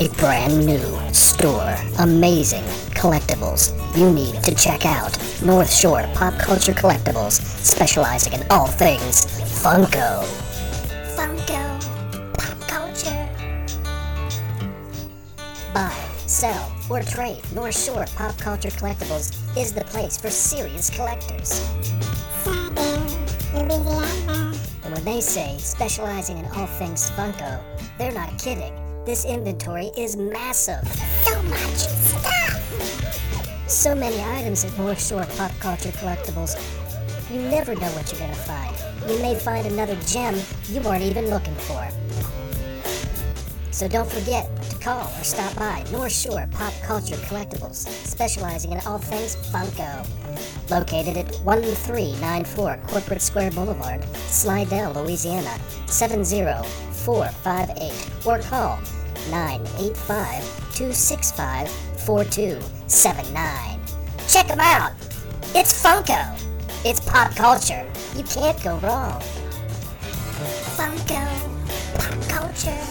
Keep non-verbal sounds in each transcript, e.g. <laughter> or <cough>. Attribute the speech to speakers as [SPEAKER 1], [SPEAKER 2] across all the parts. [SPEAKER 1] a brand new store. Amazing collectibles you need to check out. North Shore Pop Culture Collectibles, specializing in all things Funko. Funko. Pop culture. Buy, sell, or trade North Shore Pop Culture Collectibles is the place for serious collectors. And when they say specializing in all things Funko, they're not kidding. This inventory is massive. So much stuff! So many items at North Shore Pop Culture Collectibles. You never know what you're gonna find. You may find another gem you weren't even looking for. So don't forget to call or stop by North Shore Pop Culture Collectibles, specializing in all things Funko. Located at 1394 Corporate Square Boulevard, Slidell, Louisiana 70458, or call 985 265 4279. Check them out! It's Funko! It's pop culture! You can't go wrong! Funko! Pop culture!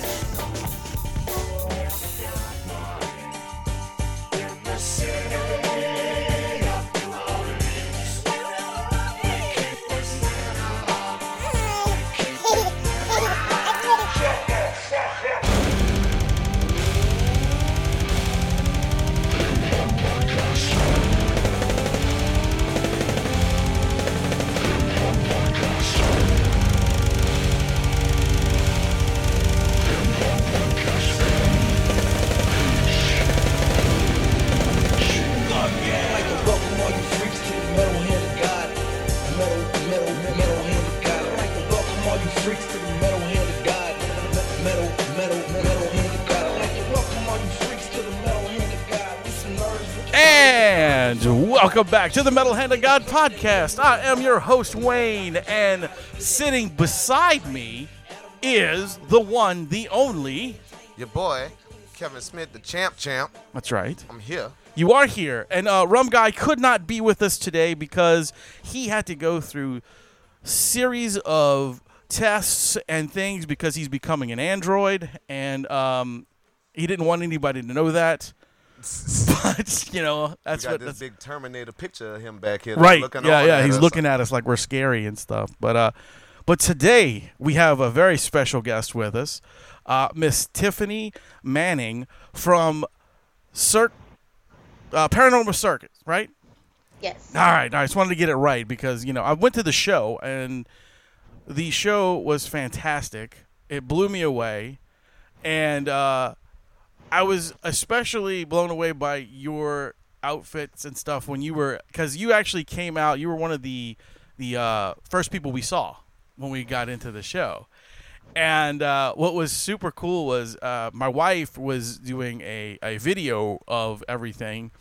[SPEAKER 2] I'd like to welcome all you freaks to the metal hand of God. Metal, metal, metal hand of God. I'd like to welcome all you freaks to the metal hand of God. Metal, metal, metal hand of God. I'd like to welcome all you freaks to the metal hand of God. We some nerds with
[SPEAKER 3] And welcome back to the Metal Hand of God podcast. I am your host, Wayne, and sitting beside me is the one, the only.
[SPEAKER 4] Your boy, Kevin Smith, the champ champ.
[SPEAKER 3] That's right.
[SPEAKER 4] I'm here.
[SPEAKER 3] You are here. And uh, Rum Guy could not be with us today because he had to go through series of tests and things because he's becoming an android and um, he didn't want anybody to know that <laughs> but you know
[SPEAKER 4] We
[SPEAKER 3] that's
[SPEAKER 4] got
[SPEAKER 3] what
[SPEAKER 4] this
[SPEAKER 3] that's,
[SPEAKER 4] big Terminator picture of him back here.
[SPEAKER 3] right
[SPEAKER 4] Looking
[SPEAKER 3] yeah
[SPEAKER 4] on
[SPEAKER 3] yeah
[SPEAKER 4] at
[SPEAKER 3] he's
[SPEAKER 4] us.
[SPEAKER 3] looking at us like we're scary and stuff but uh but today we have a very special guest with us uh miss tiffany manning from cir- uh, paranormal circus right
[SPEAKER 5] Yes.
[SPEAKER 3] all right, I just wanted to get it right because you know I went to the show and the show was fantastic. It blew me away, and uh, I was especially blown away by your outfits and stuff when you were because you actually came out. You were one of the the uh, first people we saw when we got into the show. And uh, what was super cool was uh, my wife was doing a, a video of everything,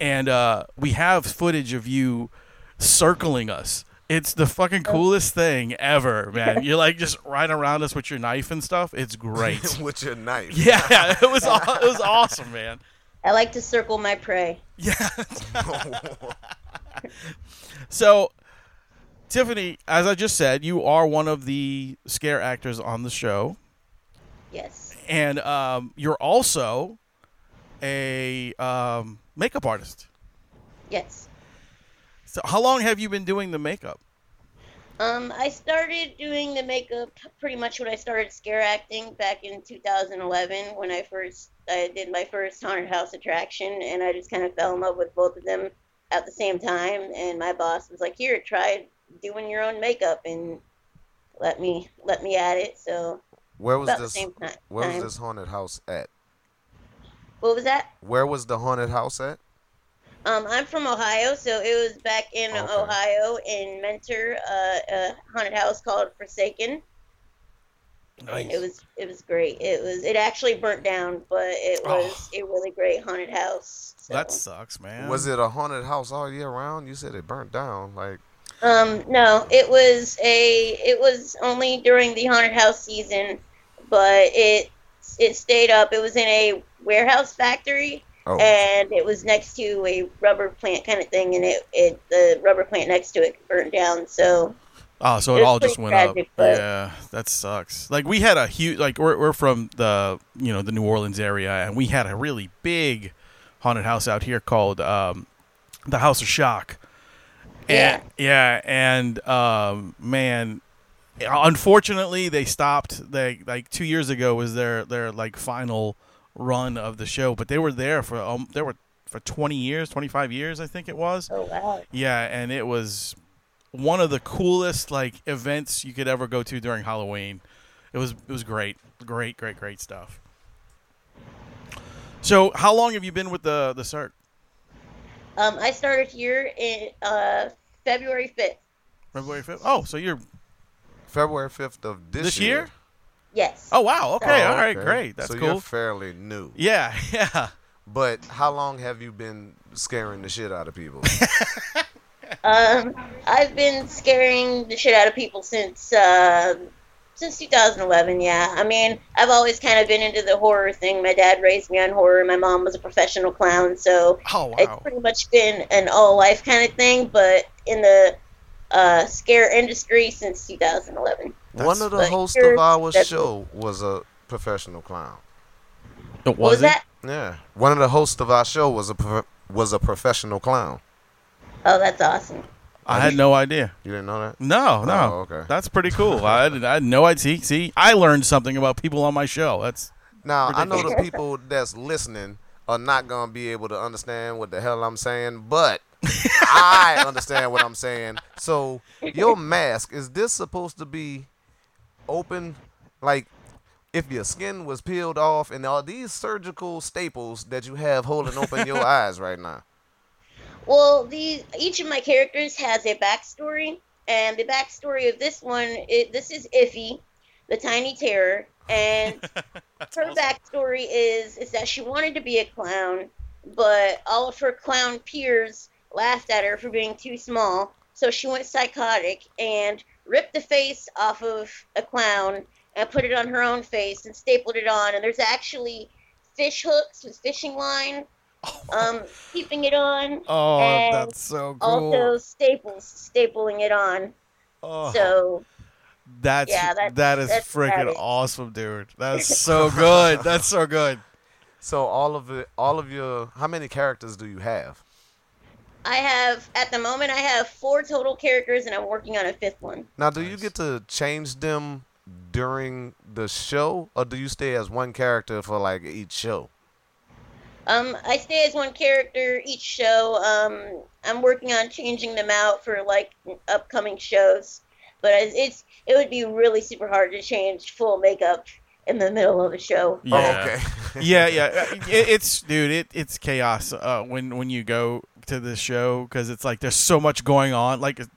[SPEAKER 3] and uh, we have footage of you circling us. It's the fucking coolest thing ever, man. You're like just right around us with your knife and stuff. It's great.
[SPEAKER 4] <laughs> with your knife.
[SPEAKER 3] yeah, <laughs> it was aw- it was awesome, man.
[SPEAKER 5] I like to circle my prey.
[SPEAKER 3] Yeah. <laughs> so, Tiffany, as I just said, you are one of the scare actors on the show.
[SPEAKER 5] Yes.
[SPEAKER 3] and um, you're also a um, makeup artist.
[SPEAKER 5] Yes.
[SPEAKER 3] So, how long have you been doing the makeup?
[SPEAKER 5] Um, I started doing the makeup pretty much when I started scare acting back in 2011 when I first I did my first haunted house attraction and I just kind of fell in love with both of them at the same time and my boss was like, "Here, try doing your own makeup and let me let me at it." So
[SPEAKER 4] Where was
[SPEAKER 5] About the
[SPEAKER 4] this?
[SPEAKER 5] same ti-
[SPEAKER 4] Where was
[SPEAKER 5] time.
[SPEAKER 4] this haunted house at?
[SPEAKER 5] what was that?
[SPEAKER 4] Where was the haunted house at?
[SPEAKER 5] Um, I'm from Ohio, so it was back in
[SPEAKER 4] Okay.
[SPEAKER 5] Ohio in Mentor, uh, a haunted house called Forsaken. It was it was great. It was it actually burnt down, but it
[SPEAKER 3] Oh.
[SPEAKER 5] was a really great haunted house. So.
[SPEAKER 3] That sucks, man.
[SPEAKER 4] Was it a haunted house all year round? You said it burnt down. Like
[SPEAKER 5] um no, it was a it was only during the haunted house season, but it it stayed up. It was in a warehouse factory.
[SPEAKER 4] oh,
[SPEAKER 5] and it was next to a rubber plant kind of thing, and it, it the rubber plant next to it burned down. So
[SPEAKER 3] Oh, so it
[SPEAKER 5] It's
[SPEAKER 3] all just
[SPEAKER 5] pretty
[SPEAKER 3] went
[SPEAKER 5] tragic,
[SPEAKER 3] up.
[SPEAKER 5] but-
[SPEAKER 3] Yeah, that sucks. Like we had a huge, like we're, we're from the you know the New Orleans area, and we had a really big haunted house out here called um, the House of Shock. And, yeah, and um, man, unfortunately they stopped. They like two years ago was their their like final run of the show, but they were there for um, they were for twenty years, twenty five years, I think it was.
[SPEAKER 5] Oh wow.
[SPEAKER 3] Yeah, and it was one of the coolest like events you could ever go to during Halloween. It was it was great, great, great, great stuff. So, how long have you been with the the circ?
[SPEAKER 5] Um, I started here in uh, February fifth.
[SPEAKER 3] February fifth. Oh, so you're
[SPEAKER 4] February 5th of this,
[SPEAKER 3] this, year?
[SPEAKER 5] Yes.
[SPEAKER 3] Oh wow. Okay.
[SPEAKER 4] Oh,
[SPEAKER 3] All right.
[SPEAKER 4] okay.
[SPEAKER 3] Great. That's
[SPEAKER 4] so
[SPEAKER 3] cool.
[SPEAKER 4] You're fairly new.
[SPEAKER 3] yeah. <laughs> Yeah.
[SPEAKER 4] But how long have you been scaring the shit out of
[SPEAKER 3] <laughs>
[SPEAKER 4] people?
[SPEAKER 5] Um, I've been scaring the shit out of people since uh, since 2011. Yeah, I mean, I've always kind of been into the horror thing. My dad raised me on horror. My mom was a professional clown, so
[SPEAKER 3] Oh
[SPEAKER 5] it's
[SPEAKER 3] wow.
[SPEAKER 5] pretty much been an all life kind of thing. But in the uh, scare industry since 2011.
[SPEAKER 4] One of the
[SPEAKER 5] Like,
[SPEAKER 4] hosts
[SPEAKER 5] you're
[SPEAKER 4] of our
[SPEAKER 5] definitely-
[SPEAKER 4] show was a professional clown.
[SPEAKER 3] It
[SPEAKER 5] What was that?
[SPEAKER 4] Yeah. One of the hosts of our show was a pro- was a professional clown.
[SPEAKER 5] Oh, that's awesome.
[SPEAKER 3] I had no idea.
[SPEAKER 4] You didn't know that?
[SPEAKER 3] No, no.
[SPEAKER 4] Oh, okay.
[SPEAKER 3] That's pretty cool. I, had- I had no idea. See, I learned something about people on my show. That's
[SPEAKER 4] Now I know the
[SPEAKER 3] Ridiculous.
[SPEAKER 4] people that's listening are not gonna be able to understand what the hell I'm saying,
[SPEAKER 3] <laughs>
[SPEAKER 4] but I understand what I'm saying. So your mask is this supposed to be open, like if your skin was peeled off, and are these surgical staples that you have holding open
[SPEAKER 3] <laughs>
[SPEAKER 4] your eyes right now?
[SPEAKER 5] Well, the each of my characters has a backstory, and the backstory of this one, it, this is Iffy, the Tiny Terror, and her backstory is is that she wanted to be a clown, but all of her clown peers laughed at her for being too small, so she went psychotic and ripped the face off of a clown and put it on her own face and stapled it on, and there's actually fish hooks with fishing line. Um, keeping it on
[SPEAKER 3] oh,
[SPEAKER 5] And
[SPEAKER 3] that's so cool.
[SPEAKER 5] also staples stapling it on
[SPEAKER 3] oh.
[SPEAKER 5] so
[SPEAKER 3] That's
[SPEAKER 5] Yeah, that-
[SPEAKER 3] that is
[SPEAKER 5] that's about
[SPEAKER 3] freaking
[SPEAKER 5] it.
[SPEAKER 3] awesome, dude.
[SPEAKER 5] <laughs>
[SPEAKER 3] That's so good. That's so good.
[SPEAKER 4] So all of it, all of your, how many characters do you have?
[SPEAKER 5] i have at the moment i have four total characters and i'm working on a fifth one
[SPEAKER 4] Now, do you
[SPEAKER 3] Nice.
[SPEAKER 4] get to change them during the show, or do you stay as one character for like each show?
[SPEAKER 5] um i stay as one character each show um i'm working on changing them out for like upcoming shows but it's it's- it would be really super hard to change full makeup in the middle of a show
[SPEAKER 4] Oh, okay.
[SPEAKER 3] <laughs>
[SPEAKER 4] <laughs>
[SPEAKER 3] yeah, yeah. It, it's dude, it, it's chaos uh, when when you go to the show because it's like there's so much going on. Like, it-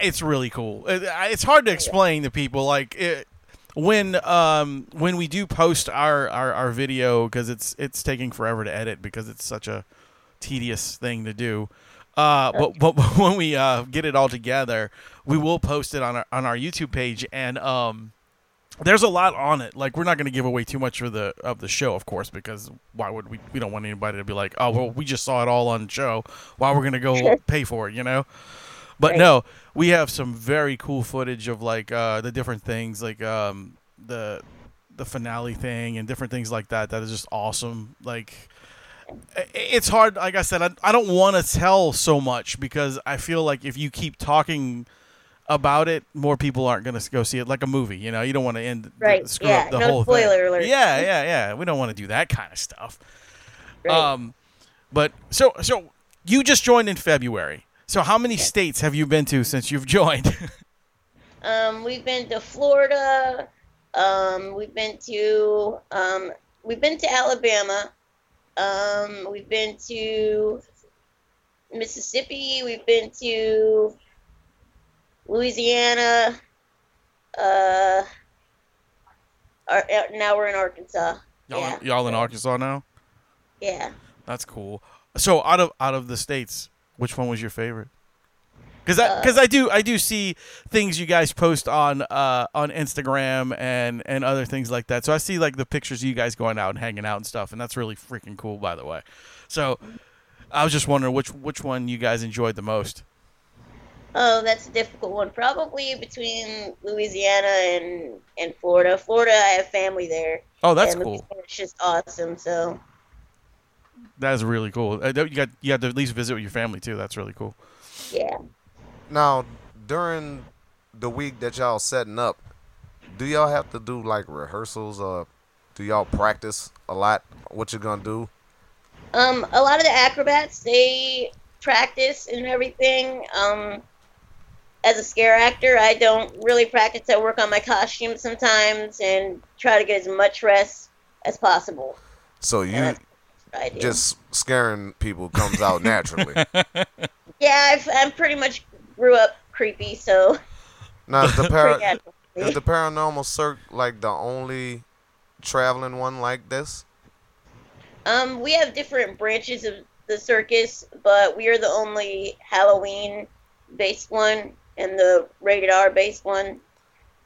[SPEAKER 3] it's really cool. It, I- it's hard to explain to people. Like it, when um when we do post our our, our video because it's it's taking forever to edit because it's such a tedious thing to do. Uh, but, but <laughs> when we uh, get it all together, we will post it on our on our YouTube page, and um, there's a lot on it. Like we're not going to give away too much of the of the show, of course, because why would we? We don't want anybody to be like, oh well, we just saw it all on the show. Why we're going to go pay for it, you know? But
[SPEAKER 5] Right.
[SPEAKER 3] no, we have some very cool footage of like uh, the different things, like um, the the finale thing and different things like that. That is just awesome. Like i- it's hard. Like I said, I, I don't want to tell so much because I feel like if you keep talking about it, more people aren't going to go see it. Like a movie, you know, you don't want to end the-
[SPEAKER 5] Right,
[SPEAKER 3] screw
[SPEAKER 5] yeah,
[SPEAKER 3] up the
[SPEAKER 5] no
[SPEAKER 3] whole
[SPEAKER 5] spoiler
[SPEAKER 3] thing.
[SPEAKER 5] alert.
[SPEAKER 3] Yeah, yeah, yeah. We don't want to do that kind of stuff.
[SPEAKER 5] right?
[SPEAKER 3] Um, but so so you just joined in February. So how many states have you been to since you've <laughs> joined?
[SPEAKER 5] Um, we've been to Florida. Um, we've been to um, we've been to Alabama. Um, we've been to Mississippi. We've been to Louisiana. Uh, Ar- uh, now we're in Arkansas.
[SPEAKER 3] y'all,
[SPEAKER 5] yeah,
[SPEAKER 3] y'all in Arkansas now?
[SPEAKER 5] yeah.
[SPEAKER 3] That's cool. So out of out of the states, which one was your favorite? Because
[SPEAKER 5] Uh,
[SPEAKER 3] I because I do I do see things you guys post on uh on Instagram and and other things like that. So I see like the pictures of you guys going out and hanging out and stuff, and that's really freaking cool, by the way. So I was just wondering which which one you guys enjoyed the most.
[SPEAKER 5] Oh, that's a difficult one. Probably between Louisiana and and Florida. Florida, I have family there.
[SPEAKER 3] Oh, that's
[SPEAKER 5] and
[SPEAKER 3] cool.
[SPEAKER 5] Louisiana's just awesome. So
[SPEAKER 3] That's really cool. Uh, You got you got to at least visit with your family too. That's really cool.
[SPEAKER 5] yeah.
[SPEAKER 4] Now, during the week that y'all setting up, do y'all have to do like rehearsals or do y'all practice a lot? What you gonna do?
[SPEAKER 5] Um, a lot of the acrobats they practice and everything. Um, as a scare actor, I don't really practice. I work on my costume sometimes and try to get as much rest as possible.
[SPEAKER 4] So you
[SPEAKER 5] Yeah, I do.
[SPEAKER 4] just scaring people comes out naturally.
[SPEAKER 5] yeah, I've, I'm pretty much grew up creepy, so <laughs>
[SPEAKER 4] Now is the par-
[SPEAKER 5] yeah.
[SPEAKER 4] is the paranormal circ like the only traveling one like this?
[SPEAKER 5] Um, we have different branches of the circus, but we are the only Halloween based one and the rated R based one.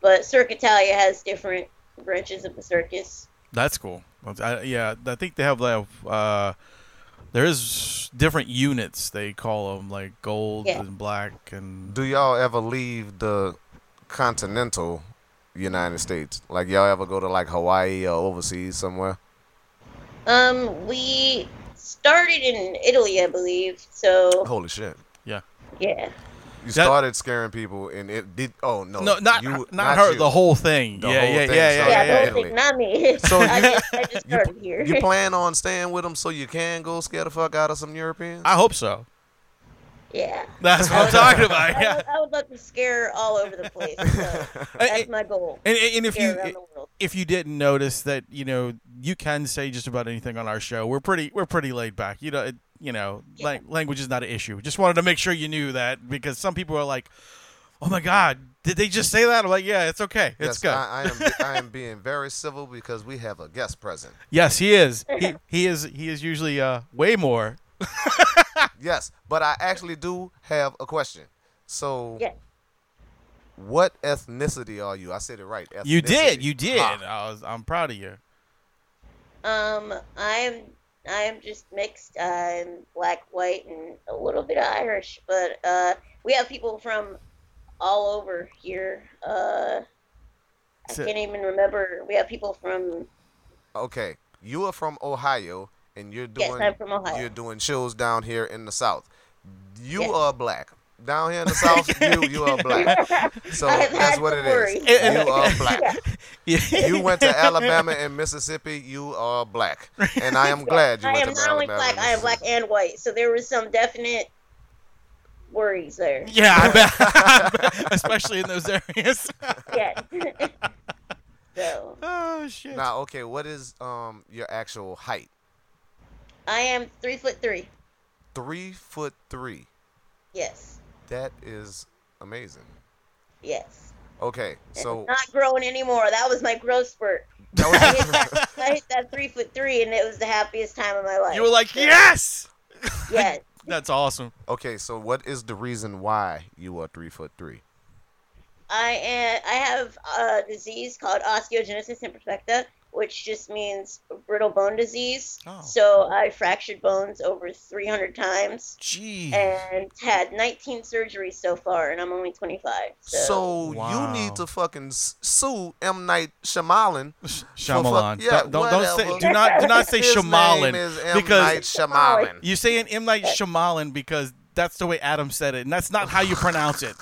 [SPEAKER 5] But Cirque Italia has different branches of the circus.
[SPEAKER 3] That's cool. That's- I, yeah, I think they have like uh, there is different units they call them like gold
[SPEAKER 5] Yeah.
[SPEAKER 3] and black and
[SPEAKER 4] Do y'all ever leave the continental United States? Like y'all ever go to like Hawaii or overseas somewhere?
[SPEAKER 5] Um, we started in Italy, I believe. So
[SPEAKER 4] Holy shit.
[SPEAKER 3] yeah.
[SPEAKER 5] yeah,
[SPEAKER 4] You
[SPEAKER 3] That-
[SPEAKER 4] started scaring people, and it did. Oh no,
[SPEAKER 3] No, not
[SPEAKER 4] you,
[SPEAKER 3] not, her.
[SPEAKER 4] you.
[SPEAKER 3] The whole thing.
[SPEAKER 4] The
[SPEAKER 3] yeah,
[SPEAKER 4] whole
[SPEAKER 3] yeah,
[SPEAKER 4] thing
[SPEAKER 3] yeah, yeah,
[SPEAKER 4] started
[SPEAKER 5] yeah,
[SPEAKER 3] yeah, Oh, yeah,
[SPEAKER 5] the
[SPEAKER 4] Italy.
[SPEAKER 5] whole thing, not me.
[SPEAKER 4] So
[SPEAKER 5] <laughs> I,
[SPEAKER 4] you-
[SPEAKER 5] just, I just
[SPEAKER 4] You,
[SPEAKER 5] started here.
[SPEAKER 4] you plan on staying with them so you can go scare the fuck out of some Europeans?
[SPEAKER 3] I hope so.
[SPEAKER 5] yeah.
[SPEAKER 3] That's what I'm <laughs> talking about.
[SPEAKER 5] I
[SPEAKER 3] Yeah.
[SPEAKER 5] would, I would love to scare all over the place. So <laughs> that's my goal.
[SPEAKER 3] And, and if
[SPEAKER 5] Scare around
[SPEAKER 3] you
[SPEAKER 5] the world.
[SPEAKER 3] if you didn't notice that, you know, you can say just about anything on our show. We're pretty we're pretty laid back. You know, it, you know, like language is not an issue. Just wanted to make sure you knew that because some people are like, "Oh my god, did they just say that?" I'm like, "Yeah, it's okay. It's
[SPEAKER 4] yes,
[SPEAKER 3] good."
[SPEAKER 4] I, I am. I am being very civil because we have a guest present.
[SPEAKER 3] yes, he is. He he is he is usually uh way more.
[SPEAKER 4] Yes, but I actually do have a question. So,
[SPEAKER 5] Yeah.
[SPEAKER 4] what ethnicity are you? I said it right.
[SPEAKER 3] You
[SPEAKER 4] ethnicity.
[SPEAKER 3] did. You did.
[SPEAKER 4] Ha.
[SPEAKER 3] I was, I'm proud of you.
[SPEAKER 5] Um, I'm I'm just mixed. I'm black, white, and a little bit of Irish. But uh, we have people from all over here. Uh, I
[SPEAKER 3] So-
[SPEAKER 5] can't even remember. We have people
[SPEAKER 4] <laughs>
[SPEAKER 5] from <laughs>
[SPEAKER 4] Okay, you are from Ohio, and you're
[SPEAKER 5] Yes,
[SPEAKER 4] doing.
[SPEAKER 5] I'm from Ohio.
[SPEAKER 4] You're doing shows down here in the South. You
[SPEAKER 5] Yes.
[SPEAKER 4] are black. Down here in the
[SPEAKER 5] <laughs>
[SPEAKER 4] South, you you are black. So
[SPEAKER 5] I have
[SPEAKER 4] that's
[SPEAKER 5] had
[SPEAKER 4] what
[SPEAKER 5] to
[SPEAKER 4] it
[SPEAKER 5] worry.
[SPEAKER 4] is. You are black.
[SPEAKER 3] <laughs> Yeah.
[SPEAKER 4] <laughs> You went to Alabama and Mississippi. You are black, and I
[SPEAKER 5] <laughs>
[SPEAKER 4] am glad you
[SPEAKER 5] I
[SPEAKER 4] went
[SPEAKER 5] am
[SPEAKER 4] to
[SPEAKER 5] not
[SPEAKER 4] Alabama.
[SPEAKER 5] only black.
[SPEAKER 4] and
[SPEAKER 5] I am black
[SPEAKER 4] Mississippi.
[SPEAKER 5] and white. So there was some definite
[SPEAKER 4] <laughs>
[SPEAKER 5] worries there.
[SPEAKER 3] yeah, I bet. I bet. <laughs> especially in those areas. <laughs>
[SPEAKER 4] <laughs>
[SPEAKER 5] Yes. so
[SPEAKER 3] oh shit.
[SPEAKER 4] Now, okay, what is um your actual height?
[SPEAKER 5] I am three foot three.
[SPEAKER 4] Three foot three.
[SPEAKER 5] Yes.
[SPEAKER 4] That is amazing.
[SPEAKER 5] Yes.
[SPEAKER 4] Okay, so
[SPEAKER 5] Not growing anymore. That was my growth spurt. <laughs> I
[SPEAKER 4] that
[SPEAKER 5] hit that, I hit that three foot three, and it was the happiest time of my life.
[SPEAKER 3] You were like, yes.
[SPEAKER 5] yes.
[SPEAKER 3] That's awesome.
[SPEAKER 4] was- okay. So what is the reason why you are three foot three?
[SPEAKER 5] I am. I have a disease called osteogenesis imperfecta, which just means brittle bone disease.
[SPEAKER 3] Oh.
[SPEAKER 5] So I fractured bones over 300 times
[SPEAKER 3] Jeez.
[SPEAKER 5] and had 19 surgeries so far, and I'm only 25. So,
[SPEAKER 4] So
[SPEAKER 3] Wow.
[SPEAKER 4] you need to fucking s- sue M Night Shyamalan.
[SPEAKER 3] Shyamalan.
[SPEAKER 4] For fuck- yeah,
[SPEAKER 3] don't don't, don't say
[SPEAKER 4] whatever.
[SPEAKER 3] do not <laughs> do
[SPEAKER 4] <laughs>
[SPEAKER 3] not say
[SPEAKER 4] His
[SPEAKER 3] Shyamalan
[SPEAKER 4] name is M
[SPEAKER 3] <laughs>
[SPEAKER 4] Night
[SPEAKER 3] because
[SPEAKER 5] Oh,
[SPEAKER 4] Shyamalan.
[SPEAKER 3] you say an M Night Shyamalan because that's the way Adam said it, and that's not how you pronounce it.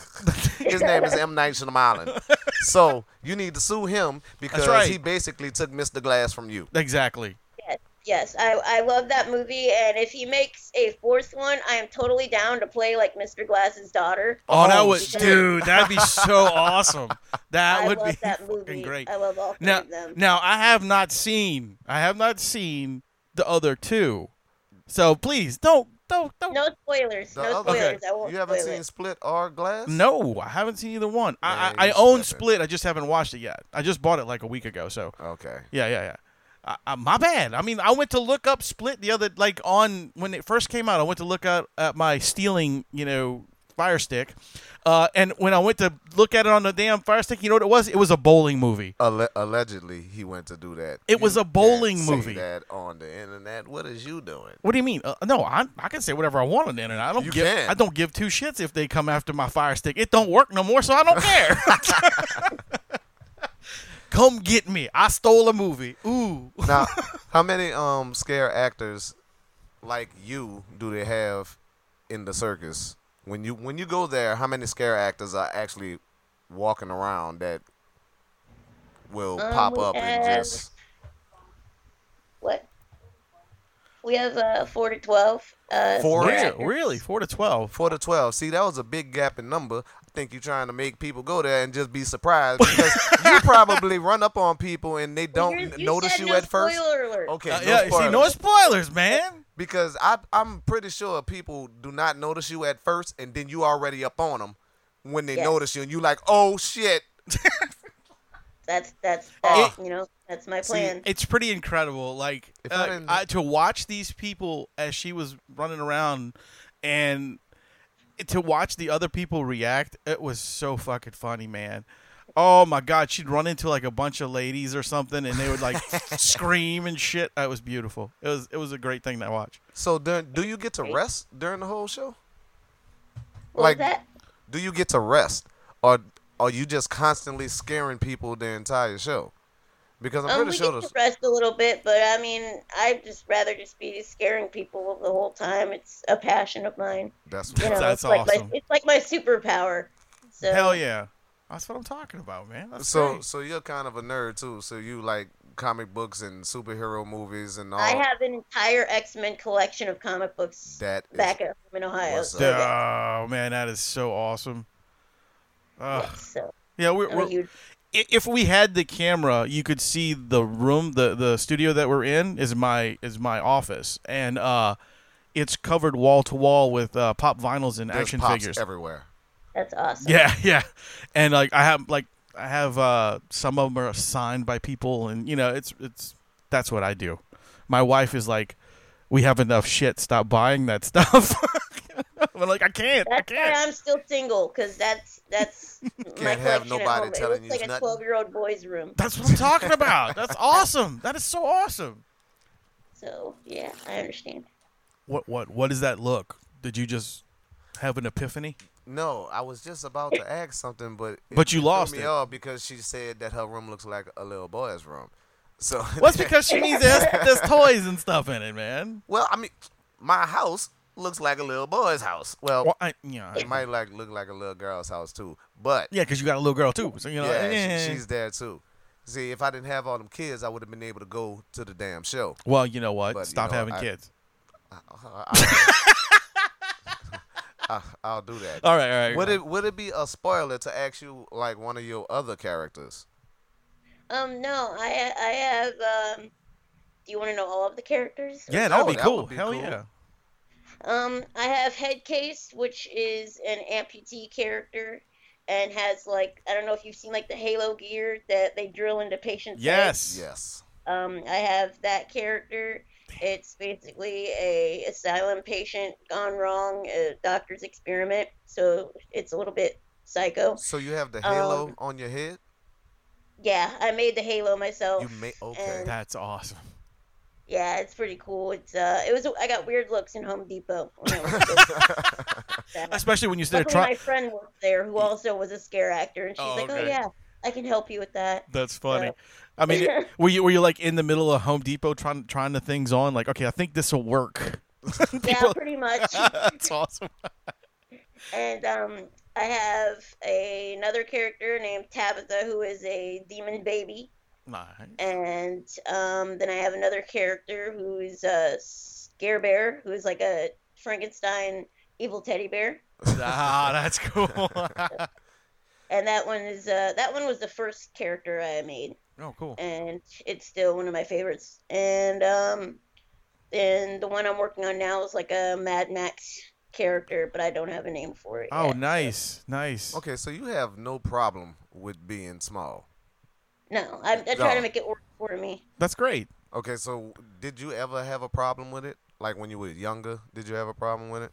[SPEAKER 4] His name is M
[SPEAKER 3] <laughs>
[SPEAKER 4] Night Shyamalan. so you need to sue him because
[SPEAKER 3] right.
[SPEAKER 4] he basically took Mr. Glass from you.
[SPEAKER 3] exactly.
[SPEAKER 5] yes, yes, I, I love that movie, and if he makes a fourth one, I am totally down to play like Mr. Glass's daughter.
[SPEAKER 3] Oh, that
[SPEAKER 4] Oh,
[SPEAKER 3] would,
[SPEAKER 4] shit.
[SPEAKER 3] dude, that'd be
[SPEAKER 4] <laughs>
[SPEAKER 3] so awesome. That
[SPEAKER 5] I
[SPEAKER 3] would
[SPEAKER 5] love
[SPEAKER 3] be
[SPEAKER 5] that movie.
[SPEAKER 3] fucking great.
[SPEAKER 5] I love all
[SPEAKER 3] <laughs>
[SPEAKER 5] three
[SPEAKER 3] Now,
[SPEAKER 5] of them.
[SPEAKER 3] now I have not seen, I have not seen the other two, so please don't, don't, don't.
[SPEAKER 5] No spoilers.
[SPEAKER 4] The
[SPEAKER 5] no
[SPEAKER 4] other-
[SPEAKER 5] spoilers.
[SPEAKER 3] Okay.
[SPEAKER 5] I won't
[SPEAKER 4] You haven't
[SPEAKER 5] spoil
[SPEAKER 4] seen
[SPEAKER 5] it.
[SPEAKER 4] Split or Glass?
[SPEAKER 3] No, I haven't seen either one. I,
[SPEAKER 4] Man,
[SPEAKER 3] I, I
[SPEAKER 4] you
[SPEAKER 3] own
[SPEAKER 4] slipping.
[SPEAKER 3] Split. I just haven't watched it yet. I just bought it like a week ago. So
[SPEAKER 4] Okay.
[SPEAKER 3] yeah, yeah, yeah. I, I, my bad. I mean, I went to look up Split the other like on when it first came out. I went to look out at my stealing, you know, Fire Stick. Uh, and when I went to look at it on the damn Fire Stick, you know what it was? It was a bowling movie.
[SPEAKER 4] Alle- allegedly, he went to do that.
[SPEAKER 3] It was
[SPEAKER 4] You
[SPEAKER 3] a bowling
[SPEAKER 4] can't say
[SPEAKER 3] movie.
[SPEAKER 4] that on the internet. What is you doing?
[SPEAKER 3] What do you mean? Uh, no, I, I can say whatever I want on the internet. I don't
[SPEAKER 4] You
[SPEAKER 3] give
[SPEAKER 4] can.
[SPEAKER 3] I don't give two shits if they come after my Fire Stick. It don't work no more, so I don't care. <laughs> come get me. I stole a movie. Ooh.
[SPEAKER 4] Now, how many um scare actors like you do they have in the circus? When you when you go there, how many scare actors are actually walking around that will
[SPEAKER 5] Um,
[SPEAKER 4] pop
[SPEAKER 5] we
[SPEAKER 4] up and
[SPEAKER 5] have-
[SPEAKER 4] just
[SPEAKER 5] What? We have uh, four to twelve. Uh,
[SPEAKER 4] Four?
[SPEAKER 5] scare
[SPEAKER 3] Really?
[SPEAKER 5] actors.
[SPEAKER 3] really? 4 to 12.
[SPEAKER 4] four to twelve? See, that was a big gap in number. I think you're trying to make people go there and just be surprised because
[SPEAKER 5] <laughs>
[SPEAKER 4] you probably run up on people and they don't
[SPEAKER 5] You- you
[SPEAKER 4] notice
[SPEAKER 5] said
[SPEAKER 4] you
[SPEAKER 5] no
[SPEAKER 4] at first.
[SPEAKER 5] Spoiler alert.
[SPEAKER 4] Okay,
[SPEAKER 3] Uh,
[SPEAKER 4] no
[SPEAKER 3] yeah, see, no
[SPEAKER 4] spoilers.
[SPEAKER 3] spoilers, man.
[SPEAKER 4] because I I'm pretty sure people do not notice you at first, and then you already up on them when they
[SPEAKER 5] Yeah.
[SPEAKER 4] notice you, and you like, oh shit.
[SPEAKER 5] That's that's
[SPEAKER 4] Oh.
[SPEAKER 5] that, you know that's my plan.
[SPEAKER 3] It's pretty incredible. Like
[SPEAKER 4] If I
[SPEAKER 3] uh,
[SPEAKER 4] didn't-
[SPEAKER 3] I, to watch these people as she was running around, and to watch the other people react, it was so fucking funny, man. Oh my god, she'd run into like a bunch of ladies or something, and they would <laughs> like scream and shit. That was beautiful. It was it was a great thing to watch.
[SPEAKER 4] So during, do you get to rest during the whole show?
[SPEAKER 5] What
[SPEAKER 4] like-
[SPEAKER 5] was that?
[SPEAKER 4] Do you get to rest, or are you just constantly scaring people the entire show? Because I'm
[SPEAKER 5] Um,
[SPEAKER 4] pretty
[SPEAKER 5] we
[SPEAKER 4] sure
[SPEAKER 5] get to
[SPEAKER 4] those-
[SPEAKER 5] rest a little bit, but I mean, I'd just rather just be scaring people the whole time. It's a passion of mine.
[SPEAKER 4] that's
[SPEAKER 5] You know,
[SPEAKER 3] That's
[SPEAKER 5] it's like
[SPEAKER 3] awesome.
[SPEAKER 5] my it's like my superpower. So
[SPEAKER 3] Hell yeah, that's what I'm talking about, man. That's
[SPEAKER 4] so.
[SPEAKER 3] great.
[SPEAKER 4] So you're kind of a nerd too. So you like comic books and superhero movies and all.
[SPEAKER 5] I have an entire X Men collection of comic books
[SPEAKER 4] that is-
[SPEAKER 5] back at home in Ohio.
[SPEAKER 4] what's
[SPEAKER 5] So,
[SPEAKER 4] up.
[SPEAKER 5] yeah,
[SPEAKER 3] oh man, that is so awesome. Ugh.
[SPEAKER 5] so
[SPEAKER 3] yeah, we're,
[SPEAKER 5] I'm a
[SPEAKER 3] we're
[SPEAKER 5] huge
[SPEAKER 3] i- if we had the camera, you could see the room, the the studio that we're in is my is my office, and uh, it's covered wall to wall with uh, pop vinyls and
[SPEAKER 4] there's
[SPEAKER 3] action
[SPEAKER 4] pops
[SPEAKER 3] figures.
[SPEAKER 4] everywhere.
[SPEAKER 5] That's awesome.
[SPEAKER 3] Yeah, <laughs> yeah, and like I have like I have uh, some of them are signed by people, and you know it's it's that's what I do. My wife is like, we have enough shit. Stop buying that <laughs> stuff. I'm like, I can't, I
[SPEAKER 5] That's why
[SPEAKER 3] can't.
[SPEAKER 5] I'm still single, because that's
[SPEAKER 4] <laughs>
[SPEAKER 5] that's my
[SPEAKER 4] Can't have
[SPEAKER 5] collection
[SPEAKER 4] nobody
[SPEAKER 5] at home.
[SPEAKER 4] telling
[SPEAKER 5] it
[SPEAKER 4] you
[SPEAKER 5] looks like
[SPEAKER 4] nothing.
[SPEAKER 5] a 12 year old boy's room.
[SPEAKER 3] That's what I'm talking about. That's awesome. That is so awesome.
[SPEAKER 5] So yeah, I understand.
[SPEAKER 3] What what what is that look? Did you just have an epiphany?
[SPEAKER 4] No, I was just about to ask something, but it
[SPEAKER 3] But you
[SPEAKER 4] threw
[SPEAKER 3] lost
[SPEAKER 4] me
[SPEAKER 3] it.
[SPEAKER 4] off because she said that her room looks like a little boy's room. So
[SPEAKER 3] Well, it's because she needs to have- there's toys and stuff in it, man.
[SPEAKER 4] <laughs> well, I mean, my house looks like a little boy's house. Well,
[SPEAKER 3] Well, I, yeah,
[SPEAKER 4] it might like look like a little girl's house too, but
[SPEAKER 3] yeah, because you got a little girl too, so you know.
[SPEAKER 4] yeah, she-
[SPEAKER 3] eh.
[SPEAKER 4] she's there too. See, if I didn't have all them kids, I would have been able to go to the
[SPEAKER 3] <laughs>
[SPEAKER 4] damn show.
[SPEAKER 3] well, you know what?
[SPEAKER 4] But, you
[SPEAKER 3] Stop
[SPEAKER 4] know,
[SPEAKER 3] having
[SPEAKER 4] I-
[SPEAKER 3] kids.
[SPEAKER 4] I,
[SPEAKER 3] <laughs>
[SPEAKER 4] I'll do that.
[SPEAKER 3] All right, all right.
[SPEAKER 4] Would it would it be a spoiler to ask you like one of your other characters?
[SPEAKER 5] Um, no, I I have. Um, do you want to know all of the characters?
[SPEAKER 3] yeah, that'd
[SPEAKER 4] Oh,
[SPEAKER 3] be
[SPEAKER 4] that
[SPEAKER 3] cool.
[SPEAKER 4] would be
[SPEAKER 3] Hell
[SPEAKER 4] cool.
[SPEAKER 3] yeah.
[SPEAKER 5] Um, I have Headcase, which is an amputee character, and has like I don't know if you've seen like the Halo gear that they drill into patients' heads.
[SPEAKER 3] Yes.
[SPEAKER 4] Yes.
[SPEAKER 5] Um, I have that character. It's basically a asylum patient gone wrong, a doctor's experiment. So it's a little bit psycho.
[SPEAKER 4] So you have the halo
[SPEAKER 5] Um,
[SPEAKER 4] on your head.
[SPEAKER 5] Yeah, I made the halo myself.
[SPEAKER 4] You may okay.
[SPEAKER 5] and-
[SPEAKER 3] That's awesome.
[SPEAKER 5] Yeah, it's pretty cool. It's uh, it was I got weird looks in Home Depot.
[SPEAKER 3] <laughs>
[SPEAKER 5] When I was a kid. So,
[SPEAKER 3] Especially when you start
[SPEAKER 5] luckily my
[SPEAKER 3] trying.
[SPEAKER 5] friend worked there, who also was a scare actor, and she's
[SPEAKER 3] Mm. Oh,
[SPEAKER 5] like, "Oh
[SPEAKER 3] okay.
[SPEAKER 5] yeah, I can help you with that."
[SPEAKER 3] That's funny. I mean, it- were you were you like in the middle of Home Depot trying trying the things on? Like, okay, I think this will work. <laughs>
[SPEAKER 5] Yeah,
[SPEAKER 3] People- <laughs>
[SPEAKER 5] pretty much.
[SPEAKER 3] That's awesome.
[SPEAKER 5] And um, I have a, another character named Tabitha, who is a demon baby.
[SPEAKER 3] <laughs> Nice.
[SPEAKER 5] And um, then I have another character who is a scare bear, who is like a Frankenstein evil teddy bear.
[SPEAKER 3] ah, that's cool. <laughs> oh,
[SPEAKER 5] And that one is uh, that one was the first character I made,
[SPEAKER 3] Oh, cool.
[SPEAKER 5] and it's still one of my favorites. And um, and the one I'm working on now is like a Mad Max character, but I don't have a name for it.
[SPEAKER 3] Oh,
[SPEAKER 5] yet.
[SPEAKER 3] nice, nice.
[SPEAKER 4] Okay, so you have no problem with being small.
[SPEAKER 5] No, I'm, I'm trying
[SPEAKER 4] No.
[SPEAKER 5] to make it work for me.
[SPEAKER 3] That's great.
[SPEAKER 4] Okay, so did you ever have a problem with it? Like when you were younger, did you have a problem with it?